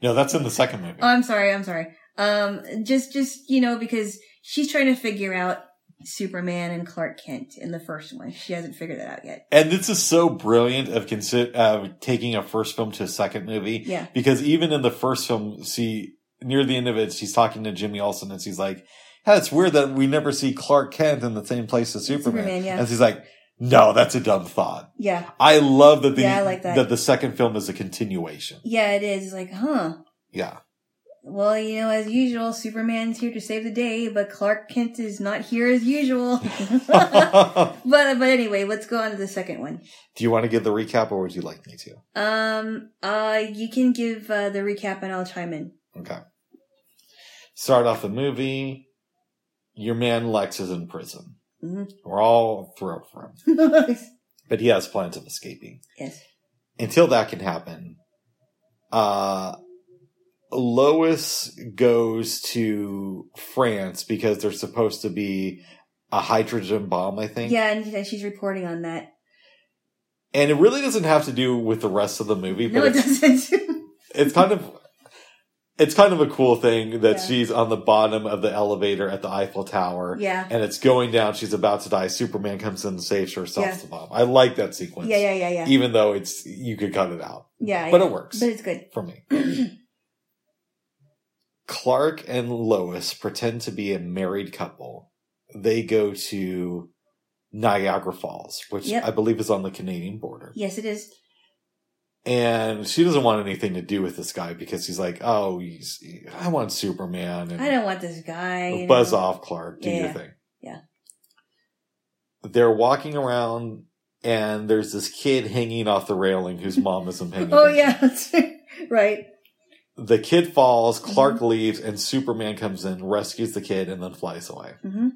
No, that's in the second movie. Oh, I'm sorry. I'm sorry. Um, just, just, you know, because she's trying to figure out Superman and Clark Kent in the first one. She hasn't figured that out yet. and this is so brilliant of consi- uh, taking a first film to a second movie Yeah. because even in the first film, see, near the end of it, she's talking to Jimmy Olsen and she's like, yeah, it's weird that we never see Clark Kent in the same place as Superman. Superman, yeah. And she's like, no, that's a dumb thought. Yeah. I love that the, Yeah, I like that. the second film is a continuation. Yeah, it is. It's like, huh. Yeah. Well, you know, as usual, Superman's here to save the day, but Clark Kent is not here as usual. but, but anyway, let's go on to the second one. Do you want to give the recap or would you like me to? Um, uh, you can give uh, the recap and I'll chime in. Okay. Start off the movie. Your man Lex is in prison. Mhm. We're all thrilled for him, but he has plans of escaping. yes. Until that can happen, uh, Lois goes to France because there's supposed to be a hydrogen bomb, I think. Yeah, and and she's reporting on that. And it really doesn't have to do with the rest of the movie, but No, it it's doesn't. it's kind of it's kind of a cool thing that Yeah. she's on the bottom of the elevator at the Eiffel Tower yeah. and it's going down, she's about to die, Superman comes in and saves her, stops Yeah. the bomb. I like that sequence. Yeah, yeah, yeah, yeah. Even though it's you could cut it out. Yeah, But yeah. it works But it's good. for me. Clark and Lois pretend to be a married couple. They go to Niagara Falls, which Yep. I believe is on the Canadian border. Yes, it is. and she doesn't want anything to do with this guy because he's like, "Oh, he's, I want Superman I and don't want this guy. you buzz know. off, Clark. Do your Yeah. thing." Yeah. They're walking around, and there's this kid hanging off the railing whose mom isn't paying. Oh attention. yeah, that's right. The kid falls. Mm-hmm. Clark leaves, and Superman comes in, rescues the kid, and then flies away. hmm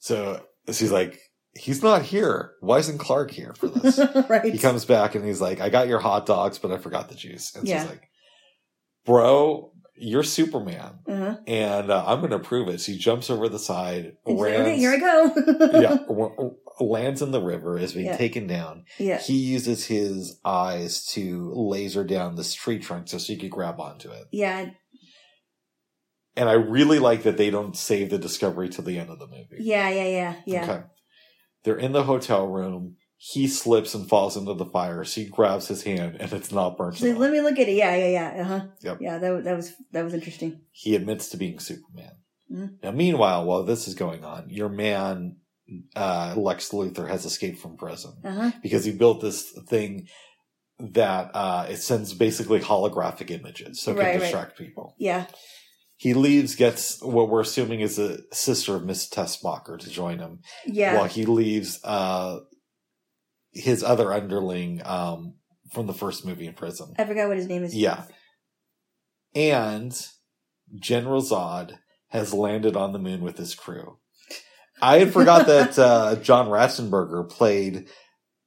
So she's like, "He's not here. Why isn't Clark here for this?" right. he comes back and he's like, I got your hot dogs, but I forgot the juice. And Yeah. she's like, Bro, you're Superman. uh-huh. And uh, I'm going to prove it. She jumps over the side, It's like, okay, lands, here I go. yeah, w- lands in the river, is being Yeah. taken down. yeah. He uses his eyes to laser down this tree trunk so she could grab onto it. Yeah. And I really like that they don't save the discovery till the end of the movie. Yeah. Yeah. Yeah. Yeah. Okay. They're in the hotel room. He slips and falls into the fire. She grabs his hand and it's not burnt. So out. let me look at it. Yeah, yeah, yeah. Uh huh. Yep. Yeah, that, wa- that was that was interesting. he admits to being Superman. Mm. Now, meanwhile, while this is going on, your man, uh, Lex Luthor, has escaped from prison Uh huh. because he built this thing that uh, it sends basically holographic images so it Right, can right. distract people. Yeah. He leaves, gets what we're assuming is a sister of Miss Tessmacher to join him. Yeah. While he leaves uh, his other underling um, from the first movie in prison. I forgot what his name is. Yeah. and General Zod has landed on the moon with his crew. I had forgot that uh, John Ratzenberger played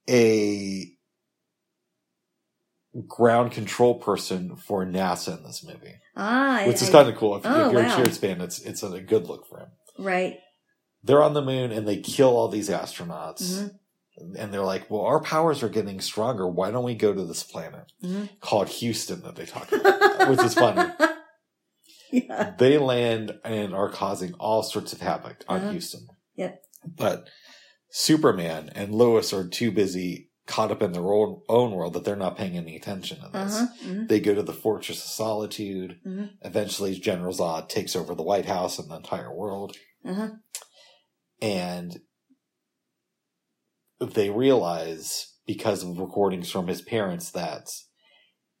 a ground control person for NASA in this movie, Ah. which I- is I- kind of cool. If, Oh, if you're wow. a Cheers fan, it's it's a good look for him. right. They're on the moon and they kill all these astronauts. Mhm. And they're like, well, our powers are getting stronger. Why don't we go to this planet Mhm. called Houston that they talk about? which is funny. Yeah. they land and are causing all sorts of havoc on Uh-huh. Houston. Yep. But Superman and Lois are too busy caught up in their own, own world that they're not paying any attention to Uh this. huh. hmm They go to the Fortress of Solitude. Mhm. Eventually, General Zod takes over the White House and the entire world. Uh huh. And they realize, because of recordings from his parents, that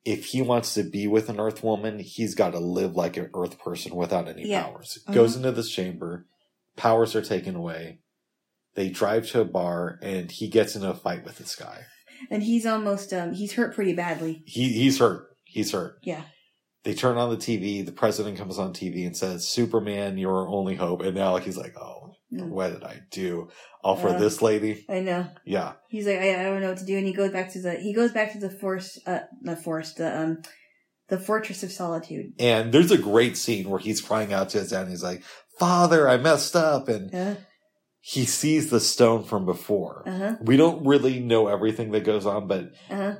if he wants to be with an Earth woman, he's got to live like an Earth person without any Yeah. powers. Goes into this chamber, powers are taken away. They drive to a bar, and he gets into a fight with this guy. And he's almost um he's hurt pretty badly. He he's hurt. He's hurt. Yeah. They turn on the TV. The president comes on TV and says, "Superman, you're our only hope." And now he's like, "Oh, Mm. what did I do? All for Uh. this lady?" I know. Yeah. He's like I, I don't know what to do, and he goes back to the he goes back to the force uh the force the um the fortress of solitude. And there's a great scene where he's crying out to his dad, and he's like, "Father, I messed up," and Uh he sees the stone from before. huh. We don't really know everything that goes on, but Uh huh.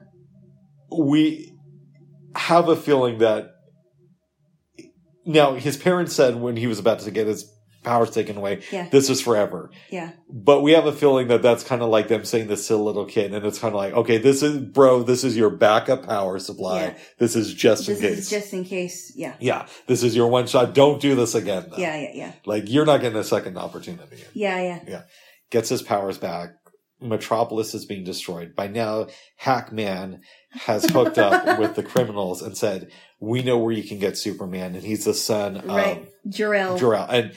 we have a feeling that now his parents said when he was about to get his powers taken away, Yeah. this is forever. Yeah. But we have a feeling that that's kind of like them saying this to a little kid, and it's kind of like, okay, this is bro, this is your backup power supply. Yeah. This is just This in case. is just in case. Yeah. yeah, this is your one shot. Don't do this again. Though. Yeah. Yeah. Yeah. Like you're not getting a second opportunity. Yeah. Yeah. Gets his powers back. Metropolis is being destroyed. By now, Hackman has hooked up with the criminals and said, "We know where you can get Superman, and he's the son Right. Jor-El. of Jor-El." And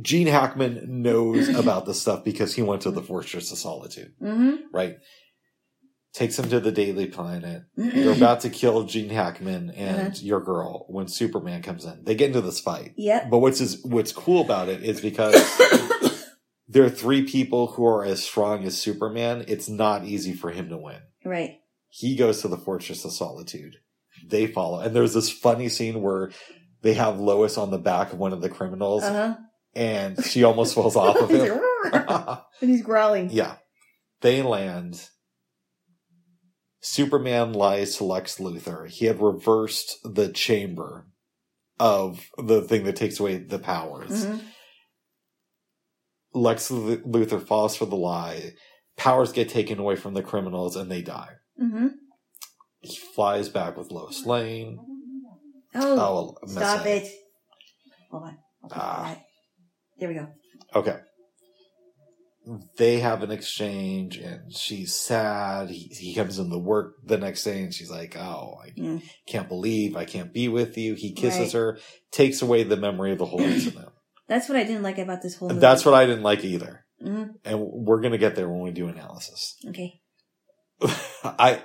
Gene Hackman knows about this stuff because he went to the Fortress of Solitude, Mm-hmm. right? Takes him to the Daily Planet. They're about to kill Gene Hackman and your girl when Superman comes in. They get into this fight. yep. But what's is, what's cool about it is because there are three people who are as strong as Superman. It's not easy for him to win. Right. He goes to the Fortress of Solitude. They follow, and there's this funny scene where they have Lois on the back of one of the criminals, Uh and she almost falls off huh. of he's like, him. "Roar," and he's growling. yeah, they land. Superman lies to Lex Luthor. He had reversed the chamber of the thing that takes away the powers. Mhm. Lex Lu- Luthor falls for the lie. Powers get taken away from the criminals and they die. Mhm. He flies back with Lois Lane. Oh, Oh, I'll mess stop that up. it. Hold on. I'll put Ah. that. There we go. They have an exchange and she's sad. He, he comes into work the next day and she's like, Oh, I Mm. can't believe I can't be with you. He kisses Right. her, takes away the memory of the whole incident. That's what I didn't like about this whole. and Movie. that's what I didn't like either. Mhm. And we're going to get there when we do analysis. Okay. I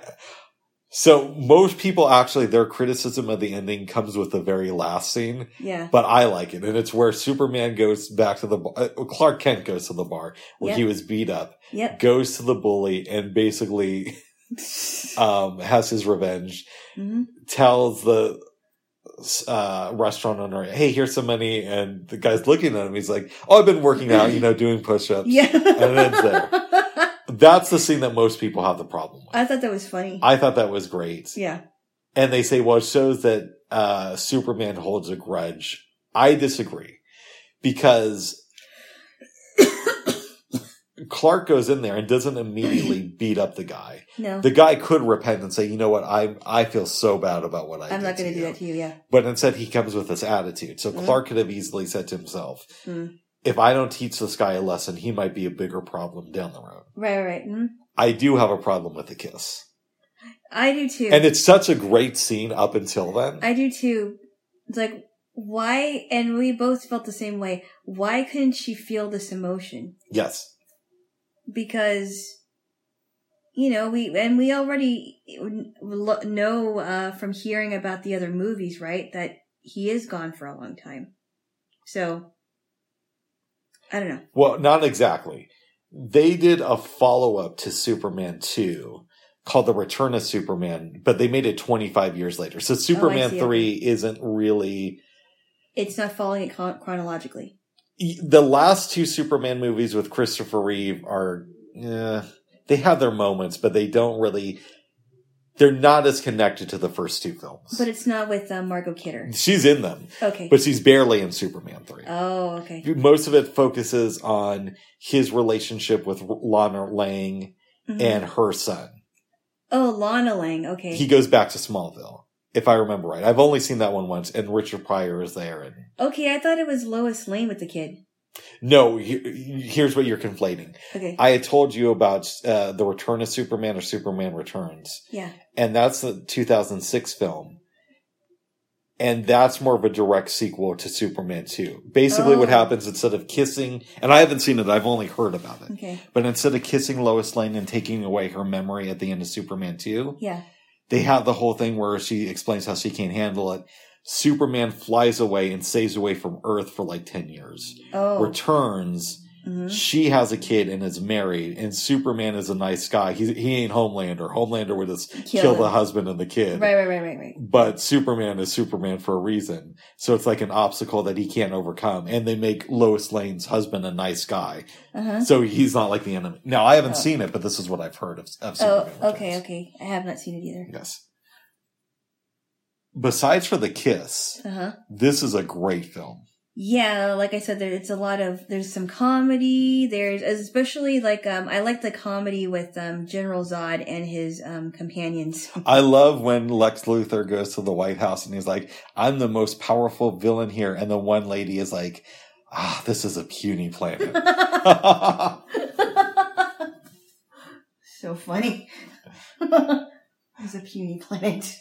so most people actually their criticism of the ending comes with the very last scene, Yeah. but I like it, and it's where Superman goes back to the bar. uh, Clark Kent goes to the bar where he was beat up, Yep. goes to the bully, and basically Mm-hmm. um, has his revenge. hmm Tells the uh, restaurant owner, "Hey, here's some money," and the guy's looking at him. He's like, "Oh, I've been working out, you know, doing push-ups." Yeah. it's there. That's the scene that most people have the problem with. I thought that was funny. I thought that was great. yeah. and they say, well, it shows that uh, Superman holds a grudge. I disagree because Clark goes in there and doesn't immediately beat up the guy. No. The guy could repent and say, "You know what? I I feel so bad about what I I'm did not to going to do you." that to you. Yeah. But instead, he comes with this attitude. So Mhm. Clark could have easily said to himself, Mm. "If I don't teach this guy a lesson, he might be a bigger problem down the road." Right, right, right. Mhm. I do have a problem with the kiss, I do too. and it's such a great scene up until then. I do too. It's like, why? And we both felt the same way. Why couldn't she feel this emotion? yes, Because, you know, we, and we already lo- know uh, from hearing about the other movies, right? That he is gone for a long time. So, I don't know. well, not exactly. They did a follow up to Superman two called The Return of Superman, but they made it 25 years later. So Superman Oh, see. three isn't really It's not following it chron- chronologically. e, the last two Superman movies with Christopher Reeve are eh, they have their moments, but they don't really they're not as connected to the first two films. But it's not with uh, Margot Kidder. she's in them, Okay. but she's barely in Superman 3. oh, okay. Most of it focuses on his relationship with Lana Lang Mhm. and her son. oh, Lana Lang. Okay. He goes back to Smallville, if I remember right. I've only seen that one once, and Richard Pryor is there. And okay, I thought it was Lois Lane with the kid. no, he- here's what you're conflating. Okay. I had told you about uh, the Return of Superman or Superman Returns, yeah. and that's the 2006 film, and that's more of a direct sequel to Superman 2. Basically, what Oh. happens instead of kissing, and I haven't seen it; I've only heard about it. Okay. But instead of kissing Lois Lane and taking away her memory at the end of Superman 2, Yeah. they have the whole thing where she explains how she can't handle it. Superman flies away and stays away from Earth for like 10 years. Oh. Returns mhm. she has a kid and is married, and Superman is a nice guy. He he ain't Homelander. Homelander would just kill, Kill him. the husband and the kid. Right, right, right, right, right. But Superman is Superman for a reason. So it's like an obstacle that he can't overcome. And they make Lois Lane's husband a nice guy. Uh huh. So he's not like the enemy. Now, I haven't Oh. seen it, but this is what I've heard of, of Oh, Superman. okay, Returns. okay. I have not seen it either. Yes. Besides for the kiss, Uh huh. this is a great film. Yeah, like I said, there it's a lot of there's some comedy. There's especially like um I like the comedy with um General Zod and his um companions. I love when Lex Luthor goes to the White House and he's like, I'm the most powerful villain here. And the one lady is like, ah, this is a puny planet. so funny. It's a puny planet.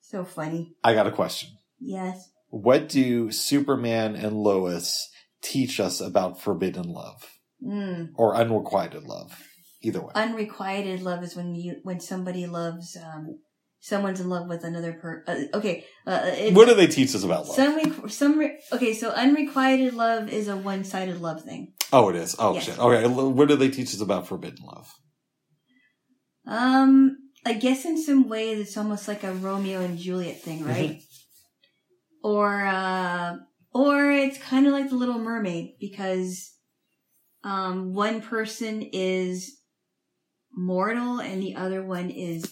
So funny. I got a question. Yes. What do Superman and Lois teach us about forbidden love Mm. or unrequited love? Either Uh, way. Unrequited love is when you when somebody loves um someone's in love with another per. Uh, okay. Uh, it's, what do they teach us about love? Some re- some re- okay. So unrequited love is a one sided love thing. oh, it is. Oh, Yes. shit. Okay. l- What do they teach us about forbidden love? Um, I guess in some ways it's almost like a Romeo and Juliet thing, right? Or uh, or it's kind of like the Little Mermaid because um, one person is mortal and the other one is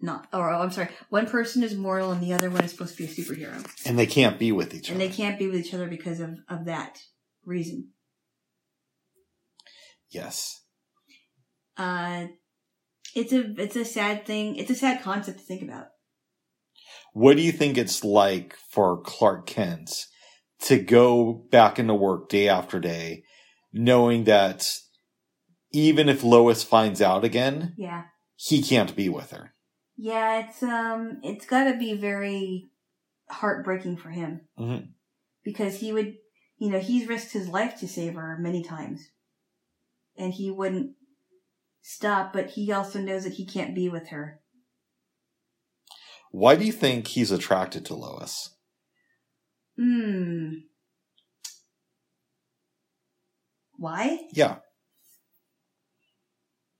not. Or oh, I'm sorry, one person is mortal and the other one is supposed to be a superhero, And they can't be with each and other. they can't be with each other because of of that reason. yes. uh it's a it's a sad thing it's a sad concept to think about what do you think it's like for Clark Kent to go back into work day after day, knowing that even if Lois finds out again, yeah he can't be with her? yeah it's um it's gotta be very heartbreaking for him Mhm. because he would you know he's risked his life to save her many times and he wouldn't stop but he also knows that he can't be with her Why do you think he's attracted to Lois? hmm why Yeah.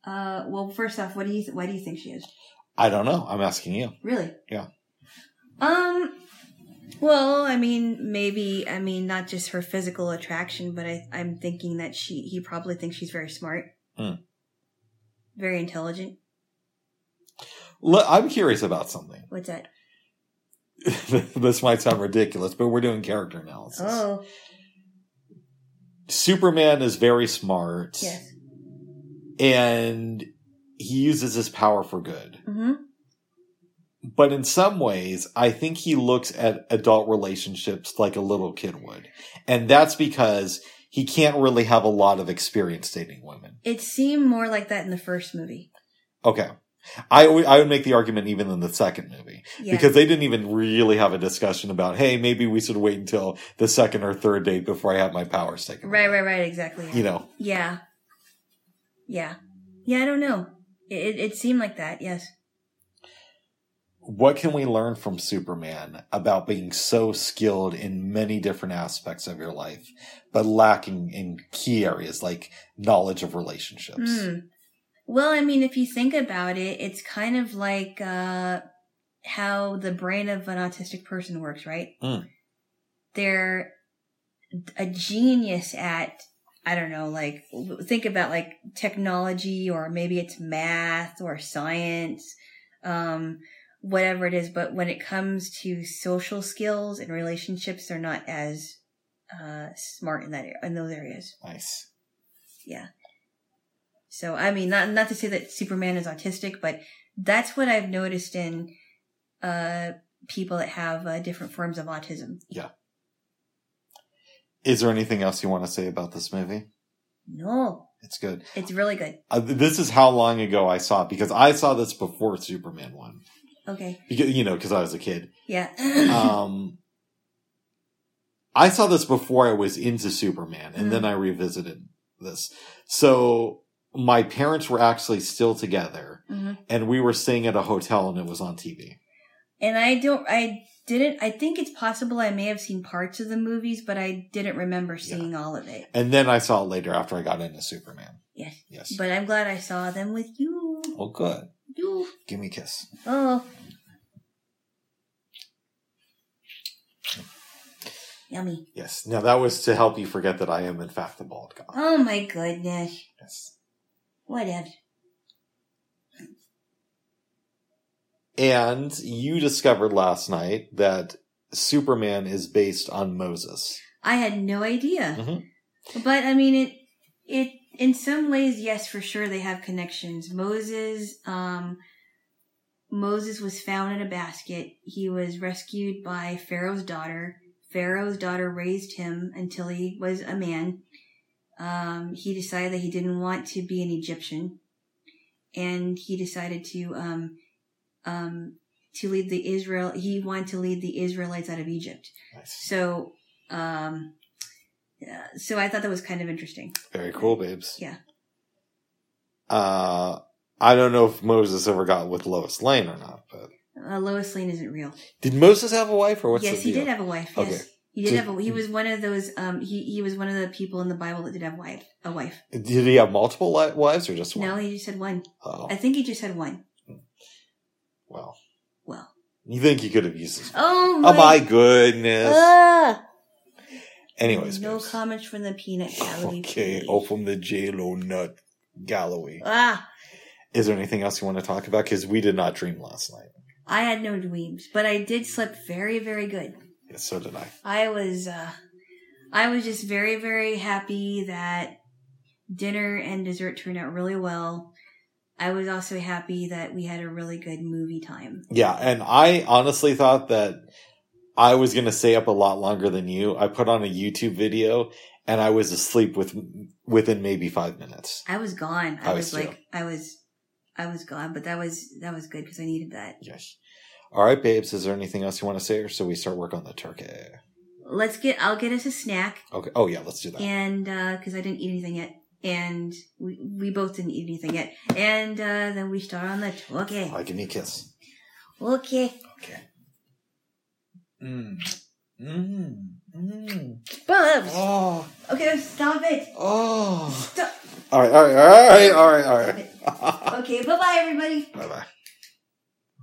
uh well first off what do you th- why do you think she is I don't know. I'm asking you. Really? Yeah. Um. Well, I mean, maybe I mean not just her physical attraction, but I, I'm thinking that she he probably thinks she's very smart, Hmm. very intelligent. Look, I'm curious about something. What's that? this might sound ridiculous, but we're doing character analysis. Oh, Superman is very smart Yes. and he uses his power for good. Mm-hmm. But in some ways, I think he looks at adult relationships like a little kid would. And that's because he can't really have a lot of experience dating women. It seemed more like that in the first movie. Okay. I alwa- I would make the argument even in the second movie Yeah. because they didn't even really have a discussion about, hey, maybe we should wait until the second or third date before I have my powers taken. right, away." right, right. Exactly. Yeah. You know, yeah. Yeah. Yeah, I don't know. It, it, it seemed like that. Yes. what can we learn from Superman about being so skilled in many different aspects of your life, but lacking in key areas like knowledge of relationships? Mm. Well, I mean, if you think about it, it's kind of like uh, how the brain of an autistic person works, right? Mm. They're a genius at, I don't know, like, think about like technology or maybe it's math or science, um, whatever it is. But when it comes to social skills and relationships, they're not as uh, smart in that in those areas. Nice. So I mean, not not to say that Superman is autistic, but that's what I've noticed in uh, people that have uh, different forms of autism. Is there anything else you want to say about this movie? No, It's good. it's really good. Uh, this is how long ago I saw it because I saw this before Superman one. Okay, Because, you know, because I was a kid. yeah, um, I saw this before I was into Superman, and Mm. then I revisited this. So my parents were actually still together, Mhm. and we were staying at a hotel, and it was on TV. and I don't, I didn't. I think it's possible I may have seen parts of the movies, but I didn't remember seeing all of it. And then I saw it later after I got into Superman. Yes. Yes. But I'm glad I saw them with you. well, good. You. Give me a kiss. Oh. Yummy. Yes. Now that was to help you forget that I am in fact the bald guy. Oh my goodness. Yes. Whatever. And you discovered last night that Superman is based on Moses. I had no idea. Mhm. But I mean, it it in some ways, yes, for sure they have connections. Moses, um, Moses was found in a basket. He was rescued by Pharaoh's daughter. Pharaoh's daughter raised him until he was a man. Um, he decided that he didn't want to be an Egyptian, and he decided to um, um, to lead the Israel. He wanted to lead the Israelites out of Egypt. Nice. So, um, yeah, so I thought that was kind of interesting. Very cool, babes. Yeah. Uh, I don't know if Moses ever got with Lois Lane or not, but Uh, Lois Lane isn't real. did Moses have a wife or what's yes, the he deal? did have a wife. Yes, Okay. he did Did- have. A, he was one of those. Um, he he was one of the people in the Bible that did have wife a wife. Did he have multiple li- wives or just one? No, he just had one. Oh, I think he just had one. well. Well, You think he could have used this? oh Oh my my. goodness. Ah! Anyways, no babes. comments from the peanut gallery. Okay, please. oh, from the J-Lo nut gallery. Ah, Is there anything else you want to talk about? Because we did not dream last night. I had no dreams, but I did sleep very very good. Yes, so did I. I was uh I was just very very happy that dinner and dessert turned out really well. I was also happy that we had a really good movie time. Yeah, and I honestly thought that I was going to stay up a lot longer than you. I put on a YouTube video and I was asleep with within maybe 5 minutes. I was gone. I, I was was, too. like I was I was gone, but that was that was good because I needed that. Yes. All right, babes, is there anything else you want to say or so we start work on the turkey? Let's get I'll get us a snack Okay. Oh yeah, let's do that. and because I didn't eat anything yet. And we, we both didn't eat anything yet. And uh, then we start on the okay. I give me a kiss. Okay. Okay. Mm. Mm. Mm. Bubs. Oh. Okay, stop it. Oh. Stop. All right, all right, all right, all right, all Stop it. right. Okay, bye bye, everybody. Bye-bye.